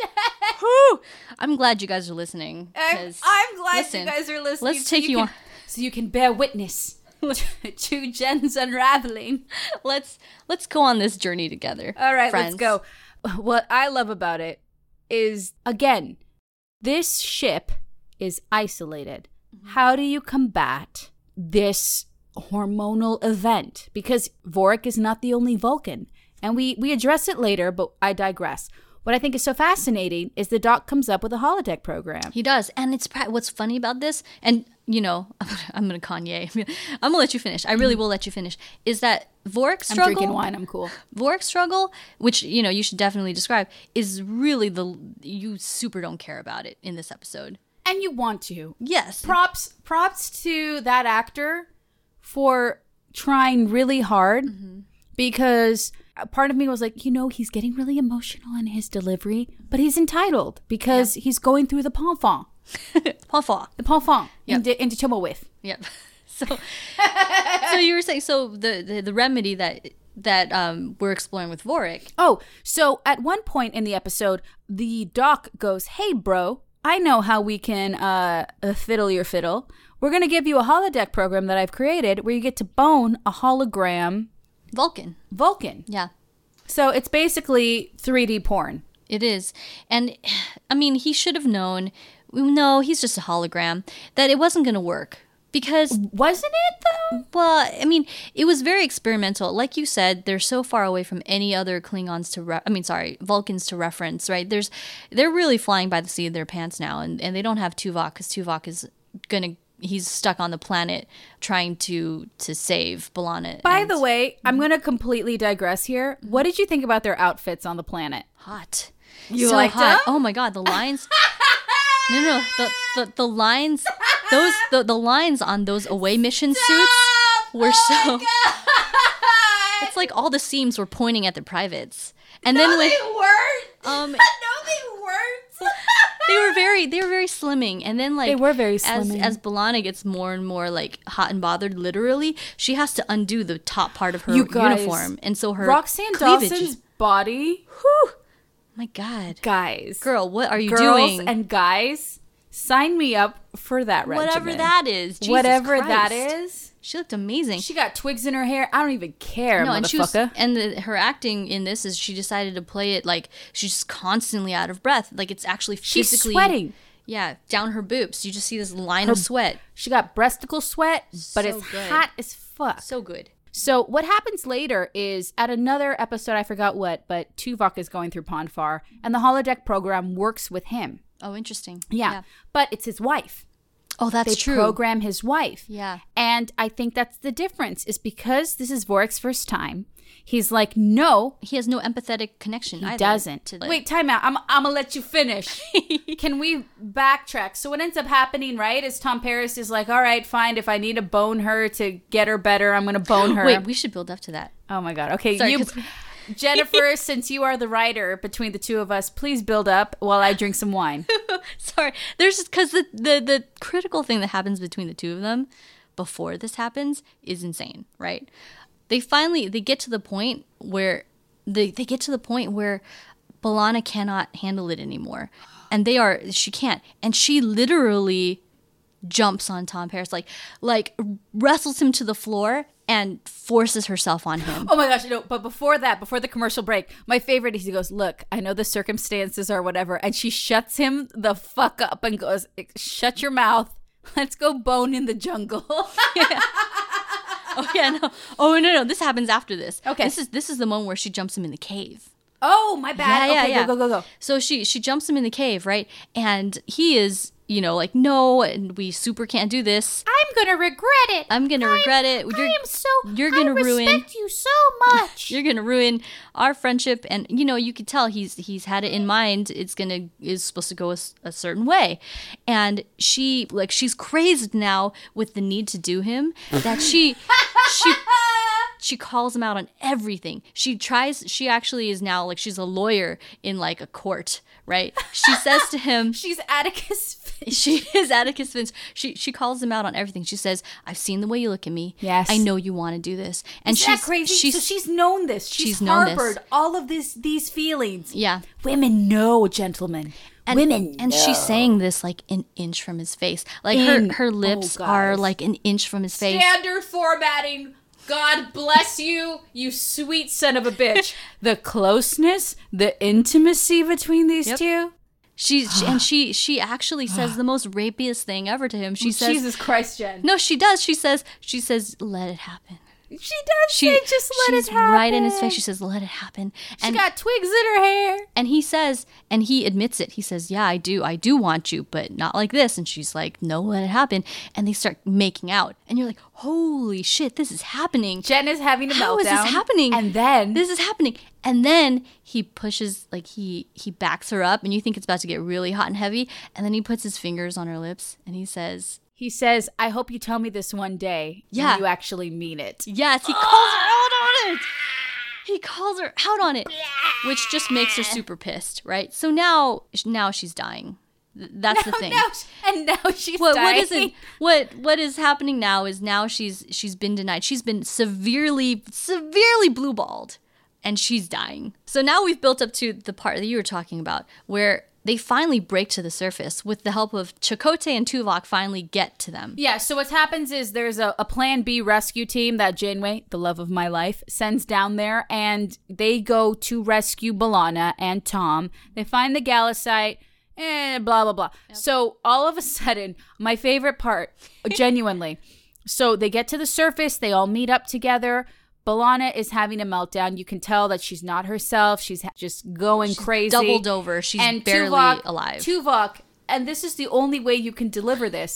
[SPEAKER 2] Whew. I'm glad you guys are listening.
[SPEAKER 1] I'm,
[SPEAKER 2] 'cause-
[SPEAKER 1] Uh, I'm glad
[SPEAKER 2] listen,
[SPEAKER 1] you guys are listening.
[SPEAKER 2] let's take you
[SPEAKER 1] can,
[SPEAKER 2] on-
[SPEAKER 1] So you can bear witness to Jen's unraveling.
[SPEAKER 2] Let's let's go on this journey together.
[SPEAKER 1] All right,
[SPEAKER 2] friends.
[SPEAKER 1] let's go. What I love about it is again, this ship is isolated. How do you combat this hormonal event? Because Vorik is not the only Vulcan. And we, we address it later, but I digress. What I think is so fascinating is the doc comes up with a holodeck program.
[SPEAKER 2] He does, and it's pra- what's funny about this, and you know, I'm gonna Kanye. I'm gonna let you finish. I really will let you finish. Is that Vork
[SPEAKER 1] Mm. I'm
[SPEAKER 2] struggle?
[SPEAKER 1] drinking wine, I'm cool.
[SPEAKER 2] Vork struggle, which you know you should definitely describe, is really the you super don't care about it in this episode.
[SPEAKER 1] And you want to.
[SPEAKER 2] Yes,
[SPEAKER 1] props props to that actor for trying really hard because a part of me was like, you know, he's getting really emotional in his delivery, but he's entitled because he's going through the pom
[SPEAKER 2] Pawpaw.
[SPEAKER 1] the pom into, into Chumawith.
[SPEAKER 2] Yep. So, so you were saying so the the, the remedy that that um, we're exploring with Vorik.
[SPEAKER 1] Oh, so at one point in the episode, the doc goes, "Hey, bro, I know how we can uh, uh, fiddle your fiddle. We're gonna give you a holodeck program that I've created where you get to bone a hologram
[SPEAKER 2] Vulcan.
[SPEAKER 1] Vulcan.
[SPEAKER 2] Yeah,
[SPEAKER 1] So it's basically 3D porn.
[SPEAKER 2] it is. And I mean, he should have known. No, he's just a hologram. That it wasn't going to work because
[SPEAKER 1] Wasn't it though?
[SPEAKER 2] Well, I mean, it was very experimental. Like you said, they're so far away from any other Klingons to, re- I mean, sorry, Vulcans to reference, right? There's, they're really flying by the seat of their pants now, and, and they don't have Tuvok because Tuvok is gonna, he's stuck on the planet trying to to save Balana.
[SPEAKER 1] By the way, I'm gonna completely digress here. What did you think about their outfits on the planet?
[SPEAKER 2] hot,
[SPEAKER 1] You liked them?
[SPEAKER 2] Oh my god, the lines. no, no, the the, the lines, those the, the lines on those away mission suits were
[SPEAKER 1] Oh
[SPEAKER 2] so. It's like all the seams were pointing at the privates. And then when
[SPEAKER 1] weren't.
[SPEAKER 2] um
[SPEAKER 1] No, they weren't.
[SPEAKER 2] they were very they were very slimming and then like
[SPEAKER 1] They were very
[SPEAKER 2] as
[SPEAKER 1] slimming.
[SPEAKER 2] as Balana gets more and more like hot and bothered literally, she has to undo the top part of her
[SPEAKER 1] You guys,
[SPEAKER 2] uniform. And so her
[SPEAKER 1] Roxanne
[SPEAKER 2] cleavage
[SPEAKER 1] Dawson's
[SPEAKER 2] is-
[SPEAKER 1] body.
[SPEAKER 2] my god.
[SPEAKER 1] Guys.
[SPEAKER 2] Girl, what are you
[SPEAKER 1] girls
[SPEAKER 2] doing?
[SPEAKER 1] and guys, sign me up for that
[SPEAKER 2] Whatever
[SPEAKER 1] regimen.
[SPEAKER 2] that is. Jesus
[SPEAKER 1] Whatever that
[SPEAKER 2] Christ.
[SPEAKER 1] is.
[SPEAKER 2] She looked amazing.
[SPEAKER 1] She got twigs in her hair. I don't even care,
[SPEAKER 2] no,
[SPEAKER 1] motherfucker.
[SPEAKER 2] and she was, and the, her acting in this is she decided to play it like she's just constantly out of breath. Like it's actually
[SPEAKER 1] She's
[SPEAKER 2] physically
[SPEAKER 1] sweating.
[SPEAKER 2] Yeah, down her boobs. You just see this line of sweat.
[SPEAKER 1] She got breasticle sweat, but
[SPEAKER 2] So
[SPEAKER 1] it's
[SPEAKER 2] good.
[SPEAKER 1] hot as fuck.
[SPEAKER 2] So good.
[SPEAKER 1] So what happens later is at another episode, I forgot what, but Tuvok is going through Ponfar, and the holodeck program works with him.
[SPEAKER 2] Oh, interesting.
[SPEAKER 1] Yeah, but it's his wife.
[SPEAKER 2] Oh, that's
[SPEAKER 1] They
[SPEAKER 2] true.
[SPEAKER 1] program his wife.
[SPEAKER 2] Yeah.
[SPEAKER 1] and I think that's the difference is because this is Vorik's first time. He's like, no,
[SPEAKER 2] He has no empathetic connection.
[SPEAKER 1] He
[SPEAKER 2] either
[SPEAKER 1] doesn't.
[SPEAKER 2] to the-
[SPEAKER 1] Wait, time out. I'm I'm gonna let you finish. Can we backtrack? So what ends up happening, right, is Tom Paris is like, all right, fine. If I need to bone her to get her better, I'm gonna bone her.
[SPEAKER 2] Wait, we should build up to that.
[SPEAKER 1] oh my god. Okay,
[SPEAKER 2] Sorry,
[SPEAKER 1] you.
[SPEAKER 2] 'cause-
[SPEAKER 1] Jennifer, since you are the writer between the two of us, please build up while I drink some wine.
[SPEAKER 2] Sorry, there's just because the, the the critical thing that happens between the two of them before this happens is insane, right? They finally they get to the point where they they get to the point where Balana cannot handle it anymore, and they are she can't, and she literally jumps on Tom Paris like like wrestles him to the floor and forces herself on him.
[SPEAKER 1] Oh my gosh, no, but before that, before the commercial break, my favorite is he goes, Look, I know the circumstances are whatever. And she shuts him the fuck up and goes, Shut your mouth. Let's go bone in the jungle.
[SPEAKER 2] Oh yeah, no. Oh no, no. This happens after this.
[SPEAKER 1] Okay.
[SPEAKER 2] This is this is the moment where she jumps him in the cave.
[SPEAKER 1] oh, my bad.
[SPEAKER 2] Yeah, yeah,
[SPEAKER 1] okay,
[SPEAKER 2] yeah.
[SPEAKER 1] go, go, go, go.
[SPEAKER 2] So she she jumps him in the cave, right? And he is, you know, like no, and we super can't do this.
[SPEAKER 1] I'm going to regret it.
[SPEAKER 2] I'm gonna regret it. Um, You're, you're gonna ruin.
[SPEAKER 1] you so much.
[SPEAKER 2] You're gonna ruin our friendship, and you know you could tell he's he's had it in mind. It's gonna is supposed to go a, s- a certain way, and she like she's crazed now with the need to do him that she she she calls him out on everything. She tries. She actually is now like she's a lawyer in like a court, right? She says to him,
[SPEAKER 1] She's Atticus. Finch.
[SPEAKER 2] she is Atticus Finch. She she calls him out on everything. She says, "I've seen the way you look at me.
[SPEAKER 1] Yes.
[SPEAKER 2] I know you want to do this." And
[SPEAKER 1] Isn't
[SPEAKER 2] she's
[SPEAKER 1] that crazy?
[SPEAKER 2] She's
[SPEAKER 1] so she's known this. She's,
[SPEAKER 2] she's known this.
[SPEAKER 1] harbored all of this, these feelings.
[SPEAKER 2] yeah.
[SPEAKER 1] Women know, gentlemen.
[SPEAKER 2] And,
[SPEAKER 1] Women
[SPEAKER 2] and she's saying this like an inch from his face. Like
[SPEAKER 1] In-
[SPEAKER 2] her her lips
[SPEAKER 1] oh,
[SPEAKER 2] are
[SPEAKER 1] guys.
[SPEAKER 2] like an inch from his face.
[SPEAKER 1] standard formatting. God bless you, you sweet son of a bitch. the closeness, the intimacy between these
[SPEAKER 2] Yep.
[SPEAKER 1] two.
[SPEAKER 2] She, she and she she actually says the most rapiest thing ever to him. She says,
[SPEAKER 1] Jesus Christ, Jen.
[SPEAKER 2] "No, she does." She says, "She says, let it happen."
[SPEAKER 1] she does. She
[SPEAKER 2] She
[SPEAKER 1] just let
[SPEAKER 2] she's
[SPEAKER 1] it happen.
[SPEAKER 2] right in his face. She says, "Let it happen."
[SPEAKER 1] She
[SPEAKER 2] And
[SPEAKER 1] got twigs in her hair.
[SPEAKER 2] and he says, and he admits it. He says, "Yeah, I do. I do want you, but not like this." And she's like, "No, let it happen." And they start making out, and you're like, "Holy shit, this is happening!
[SPEAKER 1] Jen is having a
[SPEAKER 2] How
[SPEAKER 1] meltdown.
[SPEAKER 2] is this happening?"
[SPEAKER 1] And then
[SPEAKER 2] this is happening. And then he pushes, like he he backs her up, and you think it's about to get really hot and heavy, and then he puts his fingers on her lips, and he says,
[SPEAKER 1] He says, I hope you tell me this one day. and
[SPEAKER 2] Yeah.
[SPEAKER 1] You actually mean it.
[SPEAKER 2] Yes, he calls her out on it. He calls her out on it, which just makes her super pissed, right? So now, now she's dying. Th- That's the thing.
[SPEAKER 1] Now sh- Oh, and now she's
[SPEAKER 2] What what
[SPEAKER 1] dying.
[SPEAKER 2] is it? What what is happening now is now she's she's been denied. She's been severely severely blueballed, and she's dying. So now we've built up to the part that you were talking about, where they finally break to the surface with the help of Chakotay and Tuvok. Finally get to them.
[SPEAKER 1] Yeah, so what happens is there's a, a Plan B rescue team that Janeway, the love of my life, sends down there, and they go to rescue Balana and Tom. They find the Galasite, and blah, blah, blah. So all of a sudden, my favorite part, genuinely. So they get to the surface, they all meet up together. Balana is having a meltdown. You can tell that she's not herself. She's ha- just going crazy.
[SPEAKER 2] doubled over. She's barely
[SPEAKER 1] Tuvok-
[SPEAKER 2] alive.
[SPEAKER 1] Tuvok, and this is the only way you can deliver this,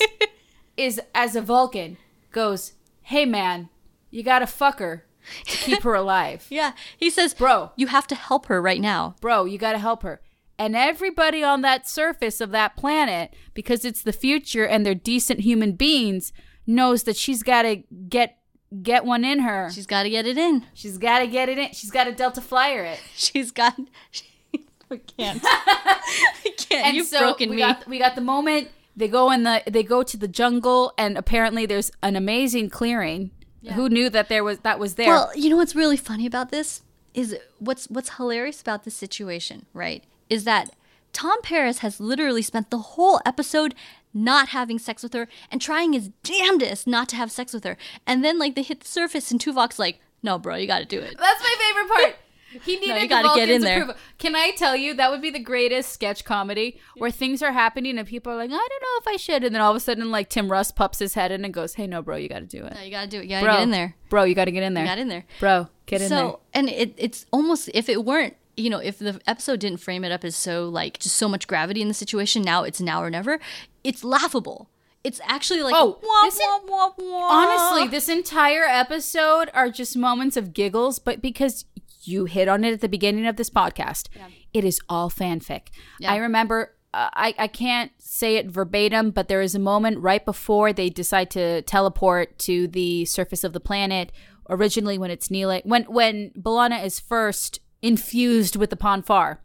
[SPEAKER 1] is as a Vulcan goes, "Hey man, you gotta fuck her to keep her alive,
[SPEAKER 2] Yeah, he says,
[SPEAKER 1] Bro.
[SPEAKER 2] you have to help her right now."
[SPEAKER 1] bro. You gotta help her." And everybody on that surface of that planet, because it's the future and they're decent human beings, knows that she's gotta get get one in her.
[SPEAKER 2] She's got to get it in.
[SPEAKER 1] She's gotta get it in. She's gotta Delta Flyer it.
[SPEAKER 2] She's got. I can't. I can't.
[SPEAKER 1] and
[SPEAKER 2] You've
[SPEAKER 1] so
[SPEAKER 2] broken
[SPEAKER 1] we
[SPEAKER 2] me.
[SPEAKER 1] Got, we got the moment they go in the they go to the jungle, and apparently there's an amazing clearing. Who knew that there was that was there?
[SPEAKER 2] Well, you know what's really funny about this is what's what's hilarious about this situation, right? Is that Tom Paris has literally spent the whole episode not having sex with her and trying his damnedest not to have sex with her, and then like they hit the surface and Tuvok's like, "No, bro, you got to do it."
[SPEAKER 1] That's my favorite part. He needed
[SPEAKER 2] you
[SPEAKER 1] the
[SPEAKER 2] gotta get
[SPEAKER 1] Vulcans'
[SPEAKER 2] in there.
[SPEAKER 1] approval. Can I tell you that would be the greatest sketch comedy where things are happening and people are like, I don't know if I should, and then all of a sudden, like Tim Russ pops his head in and goes, Hey, no, bro, you got to do it.
[SPEAKER 2] No, you got to do it. You got to
[SPEAKER 1] Bro,
[SPEAKER 2] get in there.
[SPEAKER 1] bro, you got to get in there.
[SPEAKER 2] You got in there.
[SPEAKER 1] bro, get in there.
[SPEAKER 2] so and it, it's almost if it weren't you know if the episode didn't frame it up as so like just so much gravity in the situation now it's now or never it's laughable it's actually like
[SPEAKER 1] Oh,
[SPEAKER 2] wah,
[SPEAKER 1] this is-
[SPEAKER 2] wah, wah, wah.
[SPEAKER 1] Honestly, this entire episode are just moments of giggles, but because you hit on it at the beginning of this podcast, it is all fanfic. I remember. uh, I, I can't say it verbatim, but there is a moment right before they decide to teleport to the surface of the planet. Originally, when it's kneeling, when when Balana is first infused with the Ponfar,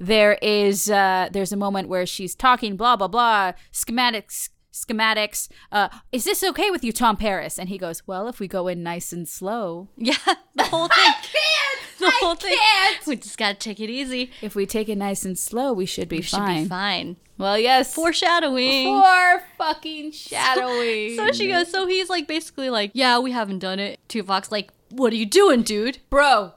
[SPEAKER 1] there is uh, there's a moment where she's talking blah blah blah schematics schematics. Uh, is this okay with you, Tom Paris? And he goes, Well, if we go in nice and slow,
[SPEAKER 2] yeah the whole thing the whole thing
[SPEAKER 1] can't.
[SPEAKER 2] we just gotta take it easy
[SPEAKER 1] if we take it nice and slow, we should be,
[SPEAKER 2] should
[SPEAKER 1] fine.
[SPEAKER 2] be fine
[SPEAKER 1] Well, yes,
[SPEAKER 2] foreshadowing
[SPEAKER 1] for fucking shadowing.
[SPEAKER 2] so she goes so he's like basically like yeah we haven't done it Tuvok's like what are you doing dude
[SPEAKER 1] bro,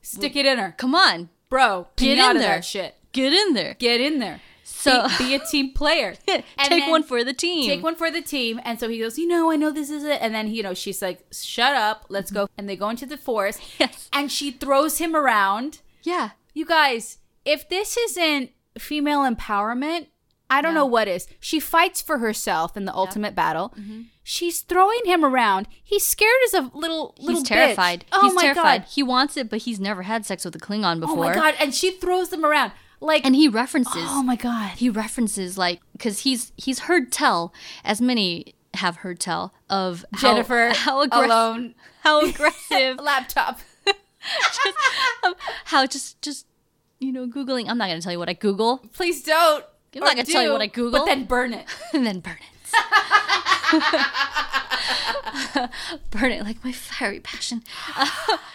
[SPEAKER 1] stick it in her,
[SPEAKER 2] come on
[SPEAKER 1] bro.
[SPEAKER 2] Get in
[SPEAKER 1] pinata
[SPEAKER 2] there.
[SPEAKER 1] that shit.
[SPEAKER 2] get in there
[SPEAKER 1] Get in there.
[SPEAKER 2] So-
[SPEAKER 1] be, be a team player.
[SPEAKER 2] take
[SPEAKER 1] then-
[SPEAKER 2] one for the team
[SPEAKER 1] Take one for the team. And so he goes, you know, I know this is it. And then, you know, she's like, shut up, let's go. And they go into the forest.
[SPEAKER 2] Yes.
[SPEAKER 1] And she throws him around.
[SPEAKER 2] yeah
[SPEAKER 1] You guys, if this isn't female empowerment, I don't know what is. She fights for herself in the ultimate battle.
[SPEAKER 2] Mm-hmm.
[SPEAKER 1] She's throwing him around. He's scared as a little little
[SPEAKER 2] He's
[SPEAKER 1] bitch.
[SPEAKER 2] terrified.
[SPEAKER 1] Oh
[SPEAKER 2] he's
[SPEAKER 1] my
[SPEAKER 2] terrified.
[SPEAKER 1] god.
[SPEAKER 2] He wants it, but he's never had sex with a Klingon
[SPEAKER 1] Oh
[SPEAKER 2] before.
[SPEAKER 1] my god. And she throws them around like.
[SPEAKER 2] And he references.
[SPEAKER 1] oh my god.
[SPEAKER 2] He references like because he's he's heard tell as many have heard tell of how-
[SPEAKER 1] Jennifer
[SPEAKER 2] how, aggressive
[SPEAKER 1] alone
[SPEAKER 2] how aggressive
[SPEAKER 1] laptop.
[SPEAKER 2] how just just you know googling I'm not gonna tell you what I Google
[SPEAKER 1] Please don't.
[SPEAKER 2] I'm not
[SPEAKER 1] Or
[SPEAKER 2] gonna tell you
[SPEAKER 1] do,
[SPEAKER 2] what I Googled.
[SPEAKER 1] But then burn it.
[SPEAKER 2] and then burn it burn it like my fiery passion Uh,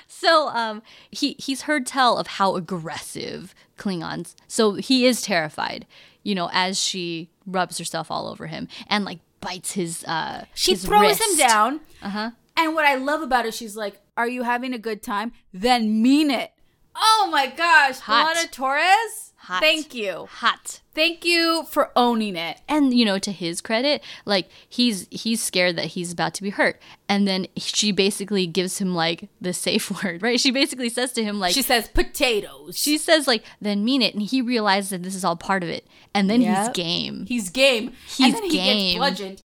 [SPEAKER 2] so um he he's heard tell of how aggressive klingons so he is terrified you know as she rubs herself all over him and like bites his uh
[SPEAKER 1] She
[SPEAKER 2] his
[SPEAKER 1] throws
[SPEAKER 2] wrist.
[SPEAKER 1] him down. Uh
[SPEAKER 2] Uh-huh.
[SPEAKER 1] huh. And what I love about it, she's like, "Are you having a good time? Then mean it." Oh my gosh,
[SPEAKER 2] Hot.
[SPEAKER 1] Belana Torres.
[SPEAKER 2] Hot.
[SPEAKER 1] Thank you,
[SPEAKER 2] hot
[SPEAKER 1] thank you for owning it.
[SPEAKER 2] and you know to his credit like he's he's scared that he's about to be hurt and then she basically gives him like the safe word right she basically says to him like
[SPEAKER 1] She says potatoes.
[SPEAKER 2] she says like then mean it and he realizes that this is all part of it and then he's
[SPEAKER 1] Yep.
[SPEAKER 2] game
[SPEAKER 1] He's game.
[SPEAKER 2] He's
[SPEAKER 1] and then He
[SPEAKER 2] game.
[SPEAKER 1] gets bludgeoned.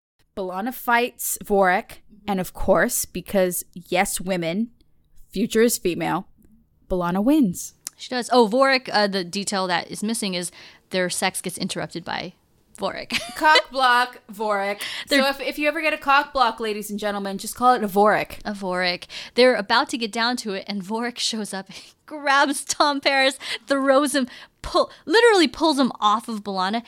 [SPEAKER 1] Balana fights Vorik, and of course, because yes, women, future is female. Balana wins.
[SPEAKER 2] she does oh vorik uh, the detail that is missing is their sex gets interrupted by Vorik.
[SPEAKER 1] Cock block Vorik. so
[SPEAKER 2] They're-
[SPEAKER 1] if, if you ever get a cock block, ladies and gentlemen, just call it a Vorik.
[SPEAKER 2] a Vorik. They're about to get down to it, and Vorik shows up, grabs Tom Paris, throws him, pull, literally pulls him off of Balana.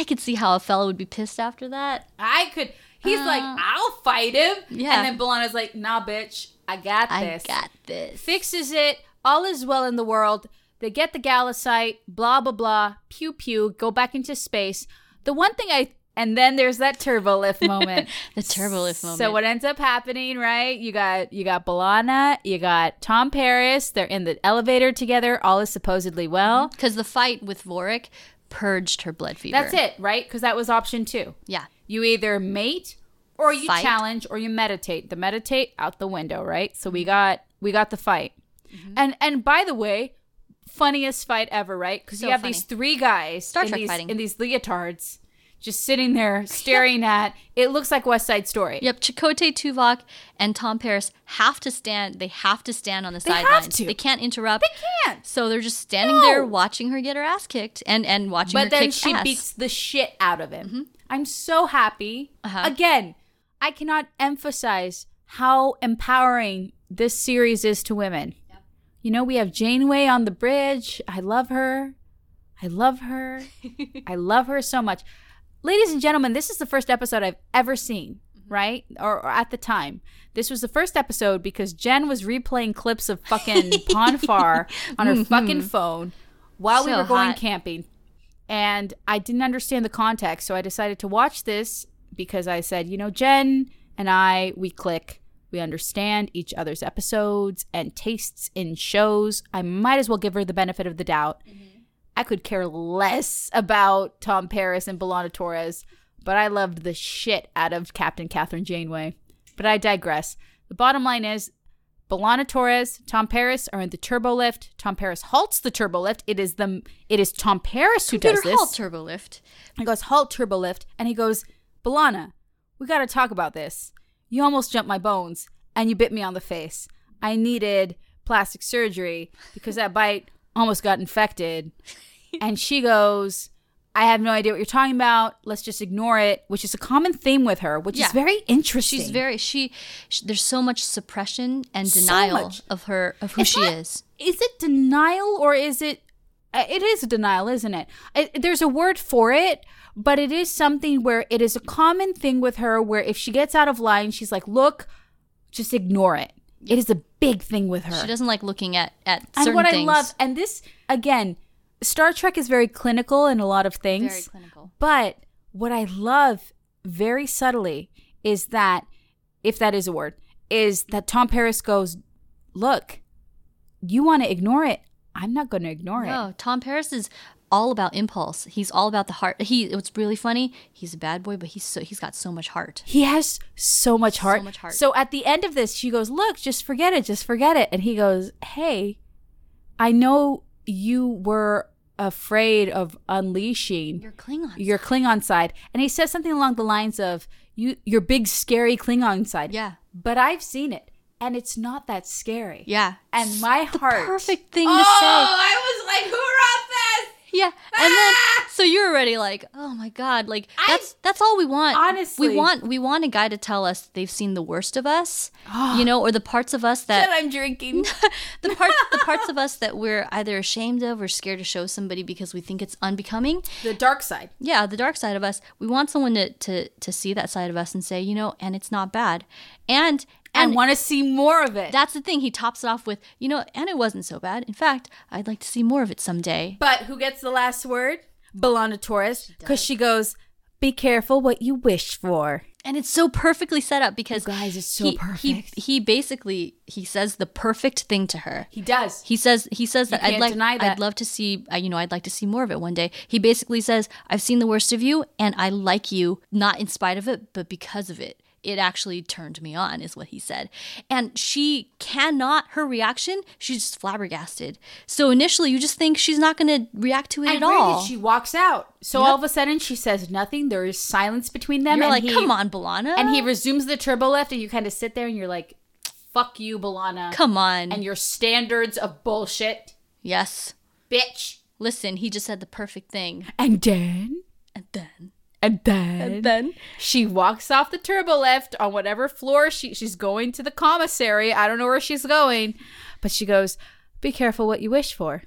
[SPEAKER 2] I could see how a fella would be pissed after that.
[SPEAKER 1] I could. He's like, I'll fight him.
[SPEAKER 2] Uh, yeah.
[SPEAKER 1] And then Belana's like, Nah, bitch, I got this.
[SPEAKER 2] I got this.
[SPEAKER 1] Fixes it. All is well in the world. They get the Gallicite. Blah blah blah. Pew pew. Go back into space. The one thing I and then there's that turbo lift moment.
[SPEAKER 2] The turbo lift moment.
[SPEAKER 1] So what ends up happening, right? You got you got Belana, you got Tom Paris. They're in the elevator together. All is supposedly well.
[SPEAKER 2] Because the fight with Vorik purged her blood fever.
[SPEAKER 1] That's it, right? Because that was option two.
[SPEAKER 2] Yeah.
[SPEAKER 1] You either mate or you
[SPEAKER 2] Fight.
[SPEAKER 1] challenge or you meditate. The meditate out the window, right? So
[SPEAKER 2] Mm-hmm.
[SPEAKER 1] we got we got the fight. And and by the way, funniest fight ever, right? Because
[SPEAKER 2] So
[SPEAKER 1] you have
[SPEAKER 2] funny.
[SPEAKER 1] these three guys
[SPEAKER 2] Star
[SPEAKER 1] in
[SPEAKER 2] Trek
[SPEAKER 1] these
[SPEAKER 2] fighting.
[SPEAKER 1] in these leotards just sitting there staring at it looks like West Side Story.
[SPEAKER 2] Yep, Chakotay Tuvok and Tom Paris have to stand. They have to stand on the
[SPEAKER 1] have
[SPEAKER 2] sidelines.
[SPEAKER 1] to.
[SPEAKER 2] They can't interrupt.
[SPEAKER 1] They can't.
[SPEAKER 2] So they're just standing
[SPEAKER 1] No.
[SPEAKER 2] there watching her get her ass kicked and and watching her
[SPEAKER 1] But then
[SPEAKER 2] kick
[SPEAKER 1] she
[SPEAKER 2] ass. Mm-hmm.
[SPEAKER 1] beats the shit out of him. I'm so happy.
[SPEAKER 2] Uh-huh.
[SPEAKER 1] Again, I cannot emphasize how empowering this series is to women. You know, we have Janeway on the bridge. I love her. I love her. I love her so much. Ladies and gentlemen, this is the first episode I've ever seen,
[SPEAKER 2] Mm-hmm.
[SPEAKER 1] right? Or, or at the time. This was the first episode because Jen was replaying clips of fucking Ponfar on her fucking phone while we
[SPEAKER 2] Mm-hmm. So
[SPEAKER 1] were going
[SPEAKER 2] hot.
[SPEAKER 1] camping. And I didn't understand the context, so I decided to watch this because I said, you know, Jen and I, we click. We understand each other's episodes and tastes in shows. I might as well give her the benefit of the doubt. I could care less about Tom Paris and Belana Torres, but I loved the shit out of Captain Catherine Janeway. But I digress. The bottom line is Belana Torres, Tom Paris are in the turbo lift. Tom Paris halts the turbo lift. It is the it is Tom Paris who does
[SPEAKER 2] Computer
[SPEAKER 1] this.
[SPEAKER 2] halt turbo lift.
[SPEAKER 1] He goes, halt, turbo lift. And he goes, Balana, we got to talk about this. You almost jumped my bones and you bit me on the face. I needed plastic surgery because that bite almost got infected. And she goes, I have no idea what you're talking about. Let's just ignore it, which is a common theme with her, which
[SPEAKER 2] Yeah.
[SPEAKER 1] is very interesting.
[SPEAKER 2] She's very she, sh There's so much suppression and
[SPEAKER 1] So
[SPEAKER 2] denial
[SPEAKER 1] much.
[SPEAKER 2] of her of who
[SPEAKER 1] It's
[SPEAKER 2] she
[SPEAKER 1] not-
[SPEAKER 2] is.
[SPEAKER 1] Is it denial or is it? uh, It is denial, isn't it? I, there's a word for it, but it is something where it is a common thing with her where if she gets out of line, she's like, look, just ignore it. It is a big thing with her.
[SPEAKER 2] She doesn't like looking at at certain
[SPEAKER 1] and what
[SPEAKER 2] things.
[SPEAKER 1] I love, and this, again, Star Trek is very clinical in a lot of things.
[SPEAKER 2] Very clinical.
[SPEAKER 1] But what I love very subtly is that, if that is a word, is that Tom Paris goes, Look, you want to ignore it. I'm not going to ignore it.
[SPEAKER 2] No, Tom Paris is all about impulse. He's all about the heart. He. It's really funny. He's a bad boy, but he's so he's got so much heart.
[SPEAKER 1] He has so much
[SPEAKER 2] So
[SPEAKER 1] heart.
[SPEAKER 2] much heart.
[SPEAKER 1] So at the end of this, she goes, Look, just forget it. Just forget it. And he goes, Hey, I know you were afraid of unleashing
[SPEAKER 2] You're Klingon.
[SPEAKER 1] your Klingon side. And he says something along the lines of, you, your big scary Klingon side.
[SPEAKER 2] Yeah.
[SPEAKER 1] But I've seen it, and it's not that scary.
[SPEAKER 2] Yeah.
[SPEAKER 1] And my
[SPEAKER 2] the
[SPEAKER 1] heart.
[SPEAKER 2] perfect thing
[SPEAKER 1] oh,
[SPEAKER 2] to say.
[SPEAKER 1] I was like, who wrote this?
[SPEAKER 2] Yeah. And then
[SPEAKER 1] Ah!
[SPEAKER 2] so you're already like, "Oh my god, like
[SPEAKER 1] I-
[SPEAKER 2] that's that's all we want."
[SPEAKER 1] Honestly.
[SPEAKER 2] we want we want a guy to tell us they've seen the worst of us,
[SPEAKER 1] Ah.
[SPEAKER 2] you know, or the parts of us
[SPEAKER 1] That
[SPEAKER 2] that
[SPEAKER 1] I'm drinking.
[SPEAKER 2] the parts the parts of us that we're either ashamed of or scared to show somebody because we think it's unbecoming.
[SPEAKER 1] the dark side.
[SPEAKER 2] Yeah, the dark side of us. We want someone to to to see that side of us and say, "You know, and it's not bad." And
[SPEAKER 1] And
[SPEAKER 2] and
[SPEAKER 1] I want to see more of it.
[SPEAKER 2] that's the thing. He tops it off with, "You know, and it wasn't so bad. In fact, I'd like to see more of it someday."
[SPEAKER 1] but who gets the last word? Belana Torres. Because she goes, be careful what you wish for.
[SPEAKER 2] and it's so perfectly set up because
[SPEAKER 1] You guys, it's so
[SPEAKER 2] he,
[SPEAKER 1] perfect.
[SPEAKER 2] He, he basically he says the perfect thing to her.
[SPEAKER 1] He does.
[SPEAKER 2] He says he says that I'd
[SPEAKER 1] can't
[SPEAKER 2] like
[SPEAKER 1] deny that."
[SPEAKER 2] I'd love to see uh, you know I'd like to see more of it one day. He basically says I've seen the worst of you and I like you not in spite of it but because of it. It actually turned me on is what he said. And she cannot her reaction, she's just flabbergasted. So initially you just think she's not going to react to it at
[SPEAKER 1] And granted,
[SPEAKER 2] all.
[SPEAKER 1] She walks out. So
[SPEAKER 2] Yep.
[SPEAKER 1] all of a sudden, she says nothing. There is silence between them.
[SPEAKER 2] You're
[SPEAKER 1] and
[SPEAKER 2] like,
[SPEAKER 1] he-
[SPEAKER 2] "Come on, Balana."
[SPEAKER 1] And he resumes the turbo lift, and you kind of sit there and you're like, fuck you, Balana.
[SPEAKER 2] "Come on."
[SPEAKER 1] and your standards of bullshit,
[SPEAKER 2] yes.
[SPEAKER 1] bitch.
[SPEAKER 2] Listen, he just said the perfect thing.
[SPEAKER 1] And then
[SPEAKER 2] And then.
[SPEAKER 1] And then,
[SPEAKER 2] And then.
[SPEAKER 1] she walks off the turbo lift on whatever floor she, she's going to the commissary. I don't know where she's going, but she goes, Be careful what you wish for.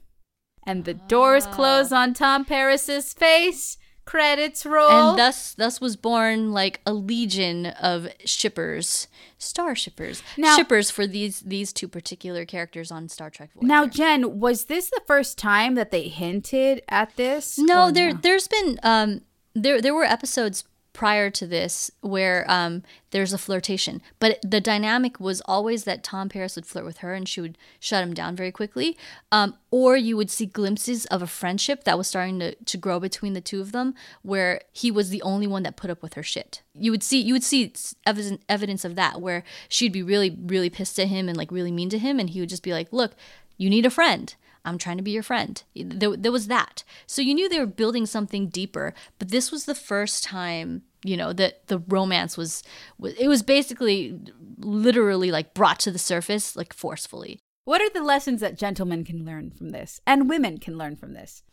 [SPEAKER 1] And the doors close on Tom Paris's face. Credits roll.
[SPEAKER 2] And thus, thus was born like a legion of shippers, star shippers,
[SPEAKER 1] Now-
[SPEAKER 2] shippers for these these two particular characters on Star Trek Voyager.
[SPEAKER 1] now, Jen, was this the first time that they hinted at this?
[SPEAKER 2] no,
[SPEAKER 1] Or
[SPEAKER 2] there there's been um there there were episodes prior to this where um there's a flirtation, but the dynamic was always that Tom Paris would flirt with her and she would shut him down very quickly, um or you would see glimpses of a friendship that was starting to to grow between the two of them where he was the only one that put up with her shit. You would see you would see s- evidence evidence of that where she'd be really really pissed at him and like really mean to him and he would just be like, "Look, you need a friend." I'm trying to be your friend. There, there was that. So you knew they were building something deeper, but this was the first time, you know, that the romance was, was it was basically literally like brought to the surface like forcefully.
[SPEAKER 1] What are the lessons that gentlemen can learn from this and women can learn from this?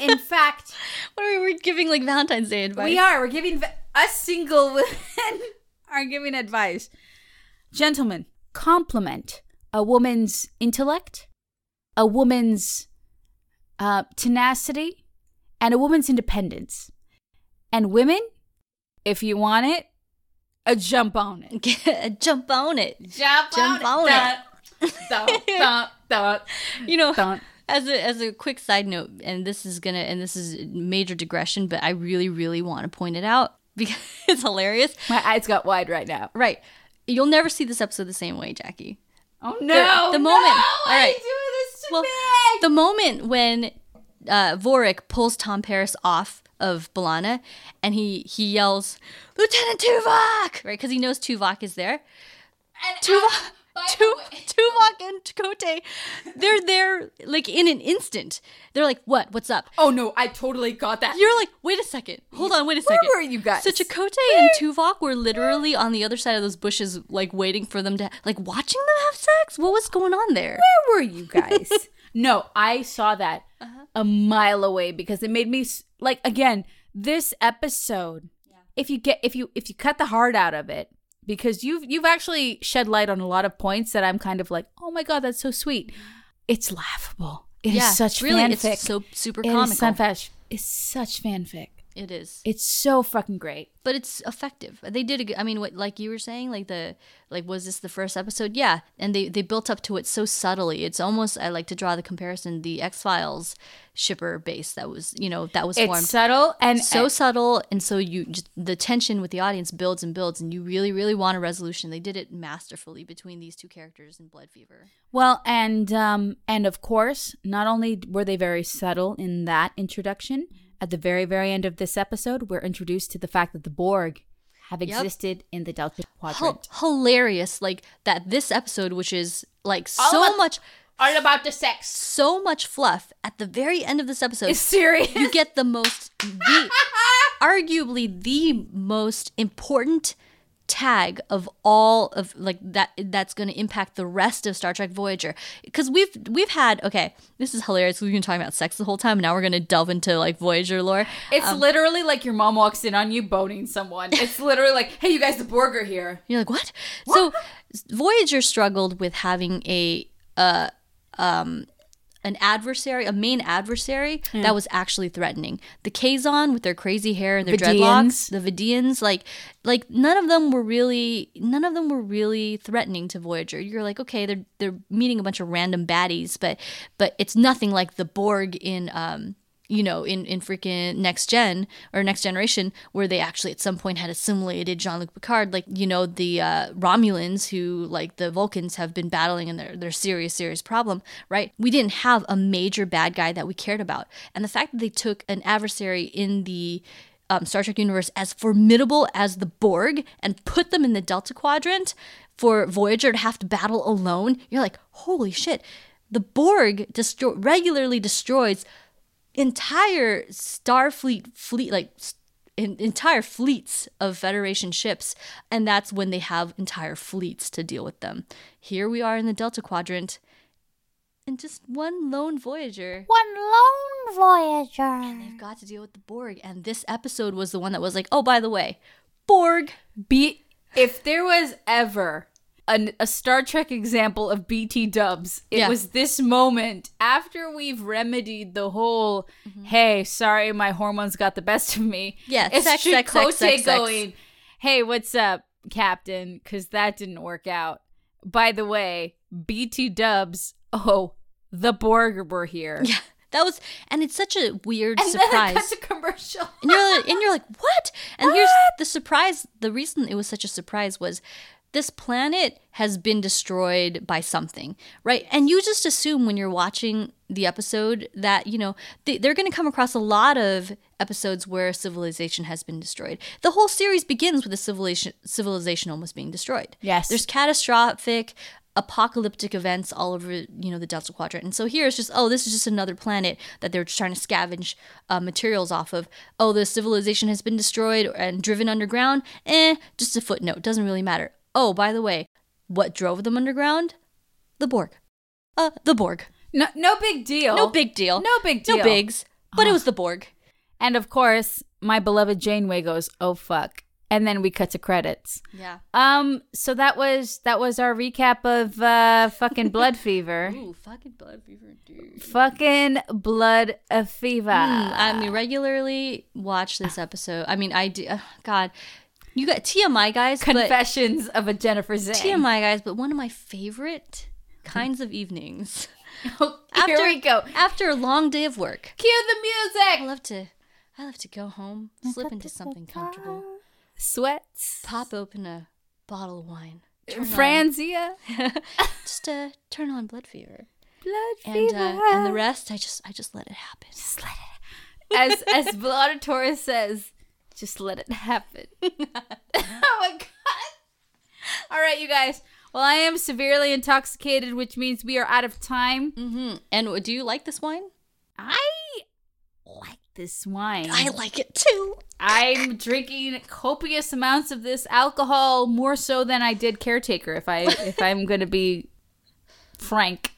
[SPEAKER 1] In fact,
[SPEAKER 2] What are we we're giving like Valentine's Day advice?
[SPEAKER 1] We are. We're giving v- us single women are giving advice. Gentlemen, compliment a woman's intellect, a woman's uh, tenacity, and a woman's independence. And women, if you want it, a jump on it.
[SPEAKER 2] Jump on it.
[SPEAKER 1] Jump,
[SPEAKER 2] Jump on it.
[SPEAKER 1] Dun, dun, dun,
[SPEAKER 2] You know,
[SPEAKER 1] dun.
[SPEAKER 2] as a as a quick side note, and this is gonna and this is major digression, but I really really want to point it out because it's hilarious.
[SPEAKER 1] My eyes got wide right now.
[SPEAKER 2] Right. You'll never see this episode the same way, Jackie.
[SPEAKER 1] Oh no!
[SPEAKER 2] the
[SPEAKER 1] no,
[SPEAKER 2] moment.
[SPEAKER 1] Why
[SPEAKER 2] All
[SPEAKER 1] are you
[SPEAKER 2] right.
[SPEAKER 1] doing this to
[SPEAKER 2] Well,
[SPEAKER 1] me?
[SPEAKER 2] the moment when uh, Vorik pulls Tom Paris off of Balana and he he yells, Lieutenant Tuvok! Right? Because he knows Tuvok is there.
[SPEAKER 1] And oh,
[SPEAKER 2] Tuvok,
[SPEAKER 1] by
[SPEAKER 2] Tu- Tuvok and Chakotay, they're there like in an instant. They're like, what? What's up?
[SPEAKER 1] Oh no, I totally got that.
[SPEAKER 2] You're like, wait a second. Hold on, wait a
[SPEAKER 1] Where
[SPEAKER 2] second.
[SPEAKER 1] were you guys?
[SPEAKER 2] So Chakotay and Tuvok were literally on the other side of those bushes, like waiting for them to, like watching them have sex? What was going on there?
[SPEAKER 1] Where were you guys? no, I saw that
[SPEAKER 2] Uh-huh.
[SPEAKER 1] a mile away because it made me s- like again this episode. If you get if you if you cut the heart out of it because you've you've actually shed light on a lot of points that I'm kind of like oh my god that's so sweet. It's laughable. It is such
[SPEAKER 2] Mm-hmm. really,
[SPEAKER 1] fanfic.
[SPEAKER 2] it's so super
[SPEAKER 1] It is
[SPEAKER 2] comical.
[SPEAKER 1] sunfash- It's such fanfic.
[SPEAKER 2] It is,
[SPEAKER 1] It's so fucking great.
[SPEAKER 2] but it's effective. They did. A good, I mean, what like you were saying, like the like was this the first episode? Yeah, and they they built up to it so subtly. It's almost I like to draw the comparison the X Files shipper base that was you know that was
[SPEAKER 1] It's
[SPEAKER 2] formed.
[SPEAKER 1] subtle and e-
[SPEAKER 2] so subtle and so you just the tension with the audience builds and builds and you really really want a resolution they did it masterfully between these two characters in blood fever
[SPEAKER 1] Well, and um, and of course, not only were they very subtle in that introduction, at the very very end of this episode, we're introduced to the fact that the Borg have
[SPEAKER 2] Yep.
[SPEAKER 1] existed in the Delta
[SPEAKER 2] Hil-
[SPEAKER 1] Quadrant.
[SPEAKER 2] hilarious like that this episode which is like
[SPEAKER 1] All
[SPEAKER 2] so
[SPEAKER 1] about-
[SPEAKER 2] much
[SPEAKER 1] All about the sex.
[SPEAKER 2] so much fluff at the very end of this episode
[SPEAKER 1] It's serious.
[SPEAKER 2] you get the most the arguably the most important tag of all of like that that's going to impact the rest of Star Trek Voyager because we've we've had okay this is hilarious we've been talking about sex the whole time now we're going to delve into like Voyager lore
[SPEAKER 1] It's literally like your mom walks in on you boning someone. It's literally like, hey, you guys, the Borg are here.
[SPEAKER 2] You're like, what? So Voyager struggled with having a uh, um, an adversary, a main adversary that was actually threatening. The Kazon with their crazy hair and their dreadlocks,
[SPEAKER 1] Vidians.
[SPEAKER 2] the Vidians, like like none of them were really none of them were really threatening to Voyager. You're like, okay, they're they're meeting a bunch of random baddies, but but it's nothing like the Borg in um you know, in in freaking next gen or next generation, where they actually at some point had assimilated Jean Luc Picard, like you know the uh, Romulans who like the Vulcans have been battling and they're they're serious serious problem, right? We didn't have a major bad guy that we cared about, and the fact that they took an adversary in the um, Star Trek universe as formidable as the Borg and put them in the Delta Quadrant for Voyager to have to battle alone, you're like, holy shit. The Borg destroy- regularly destroys entire Starfleet fleet, like s- en- entire fleets of Federation ships, and that's when they have entire fleets to deal with them. Here we are in the Delta Quadrant, and just one lone Voyager
[SPEAKER 1] One lone
[SPEAKER 3] Voyager.
[SPEAKER 2] They've got to deal with the Borg. And this episode was the one that was like, oh, by the way, Borg.
[SPEAKER 1] B. If there was ever an, a Star Trek example of BT dubs, it
[SPEAKER 2] Yeah.
[SPEAKER 1] was this moment after we've remedied the whole "Hey, sorry, my hormones got the best of me."
[SPEAKER 2] Mm-hmm. Yeah,
[SPEAKER 1] it's
[SPEAKER 2] sex, sex, sex,
[SPEAKER 1] Chakotay
[SPEAKER 2] sex, sex.
[SPEAKER 1] going, "Hey, what's up, Captain?" Because that didn't work out. By the way, BT dubs. Oh, the Borg were here.
[SPEAKER 2] Yeah, that was, and it's such a weird
[SPEAKER 1] And then it
[SPEAKER 2] surprise.
[SPEAKER 1] cuts a commercial.
[SPEAKER 2] and you're and you're like, what? And here's the surprise. The reason it was such a surprise was this planet has been destroyed by something, right? And you just assume when you're watching the episode that you know they, they're going to come across a lot of episodes where civilization has been destroyed. The whole series begins with a civilization civilization almost being destroyed.
[SPEAKER 1] Yes.
[SPEAKER 2] there's catastrophic apocalyptic events all over you know the delta quadrant and so here it's just oh this is just another planet that they're just trying to scavenge uh, materials off of oh the civilization has been destroyed and driven underground eh just a footnote doesn't really matter oh by the way what drove them underground the borg uh the borg
[SPEAKER 1] No, no big deal.
[SPEAKER 2] no big deal
[SPEAKER 1] No big deal.
[SPEAKER 2] no bigs but it was the borg
[SPEAKER 1] And of course, my beloved Janeway goes, "Oh fuck." And then we cut to credits.
[SPEAKER 2] yeah
[SPEAKER 1] Um so that was that was our recap of uh fucking blood fever.
[SPEAKER 2] ooh fucking blood fever dude
[SPEAKER 1] fucking blood uh, fever.
[SPEAKER 2] Mm, I mean, regularly watch this episode. I mean, I do. Uh, God, you got TMI guys,
[SPEAKER 1] Confessions of a Jennifer Zane.
[SPEAKER 2] but TMI guys, but one of my favorite kinds of evenings. Oh,
[SPEAKER 1] Here we go.
[SPEAKER 2] After a long day of work,
[SPEAKER 1] Cue the
[SPEAKER 2] I
[SPEAKER 1] music.
[SPEAKER 2] love to. I love to go home, slip into something comfortable,
[SPEAKER 1] Sweats.
[SPEAKER 2] pop open a bottle of wine, turn on-
[SPEAKER 1] Franzia.
[SPEAKER 2] just uh, turn on blood fever,
[SPEAKER 1] Blood
[SPEAKER 2] and
[SPEAKER 1] fever.
[SPEAKER 2] uh, and the rest, I just I just let it happen.
[SPEAKER 1] Just let it as as Vlada Torres says, just let it happen. oh my god. All right, you guys. Well, I am severely intoxicated, which means we are out of time.
[SPEAKER 2] Mm-hmm. And do you like this wine?
[SPEAKER 1] I like this wine.
[SPEAKER 2] I like it too.
[SPEAKER 1] I'm drinking copious amounts of this alcohol, more so than I did caretaker. If I if I'm going to be frank,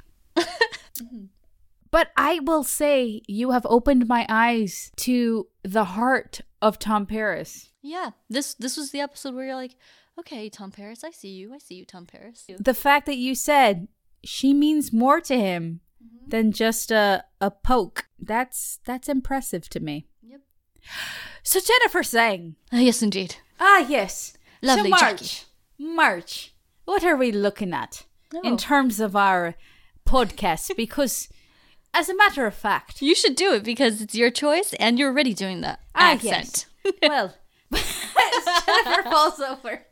[SPEAKER 1] but I will say you have opened my eyes to the heart of Tom Paris.
[SPEAKER 2] Yeah, this this was the episode where you're like, okay, Tom Paris, I see you, I see you, Tom Paris.
[SPEAKER 1] The fact that you said she means more to him than just a a poke that's that's impressive to me.
[SPEAKER 2] Yep.
[SPEAKER 1] So Jennifer sang.
[SPEAKER 2] Ah, yes, indeed.
[SPEAKER 1] Ah, yes.
[SPEAKER 2] Lovely,
[SPEAKER 1] so March,
[SPEAKER 2] Jackie.
[SPEAKER 1] March. What are we looking at
[SPEAKER 2] Oh.
[SPEAKER 1] in terms of our podcast? because, as a matter of fact,
[SPEAKER 2] You should do it because it's your choice, and you're already doing the
[SPEAKER 1] Ah,
[SPEAKER 2] accent.
[SPEAKER 1] well, Jennifer falls over.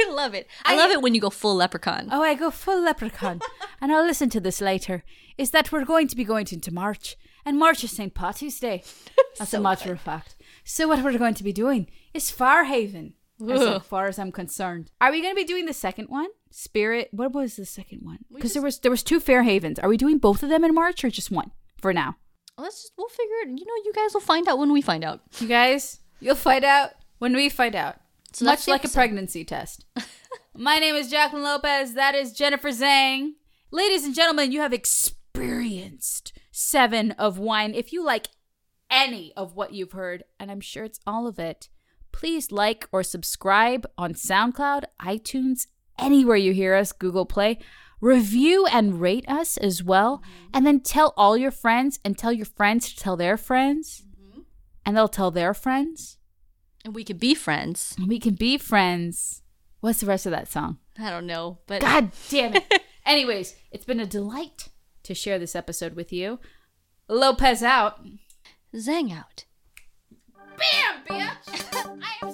[SPEAKER 2] I love it. I,
[SPEAKER 1] I-
[SPEAKER 2] love it when you go full leprechaun.
[SPEAKER 1] Oh, I go full leprechaun, and I'll listen to this later. Is that we're going to be going into March, and March is St. Patty's Day, as a matter of fact. So, what we're going to be doing is Farhaven,
[SPEAKER 2] Ooh.
[SPEAKER 1] as far as I'm concerned. Are we going to be doing the second one? Spirit. What was the second one? Because there was there was two Fair Havens. Are we doing both of them in March or just one for now?
[SPEAKER 2] Let's just we'll figure it. You know, you guys will find out when we find out.
[SPEAKER 1] You guys, you'll find out when we find out.
[SPEAKER 2] So that's
[SPEAKER 1] Much
[SPEAKER 2] the
[SPEAKER 1] like a
[SPEAKER 2] episode.
[SPEAKER 1] pregnancy test. My name is Jacqueline Lopez. That is Jennifer Zhang. Ladies and gentlemen, you have experienced seven of wine. If you like any of what you've heard, and I'm sure it's all of it, please like or subscribe on SoundCloud, iTunes, anywhere you hear us, Google Play. Review and rate us as well.
[SPEAKER 2] Mm-hmm.
[SPEAKER 1] And then tell all your friends and tell your friends to tell their friends.
[SPEAKER 2] Mm-hmm.
[SPEAKER 1] And they'll tell their friends.
[SPEAKER 2] And we could be friends.
[SPEAKER 1] And We can be friends. What's the rest of that song?
[SPEAKER 2] I don't know, but
[SPEAKER 1] God damn it. Anyways, it's been a delight to share this episode with you. Lopez out.
[SPEAKER 2] Zang out.
[SPEAKER 1] Bam, bitch! I am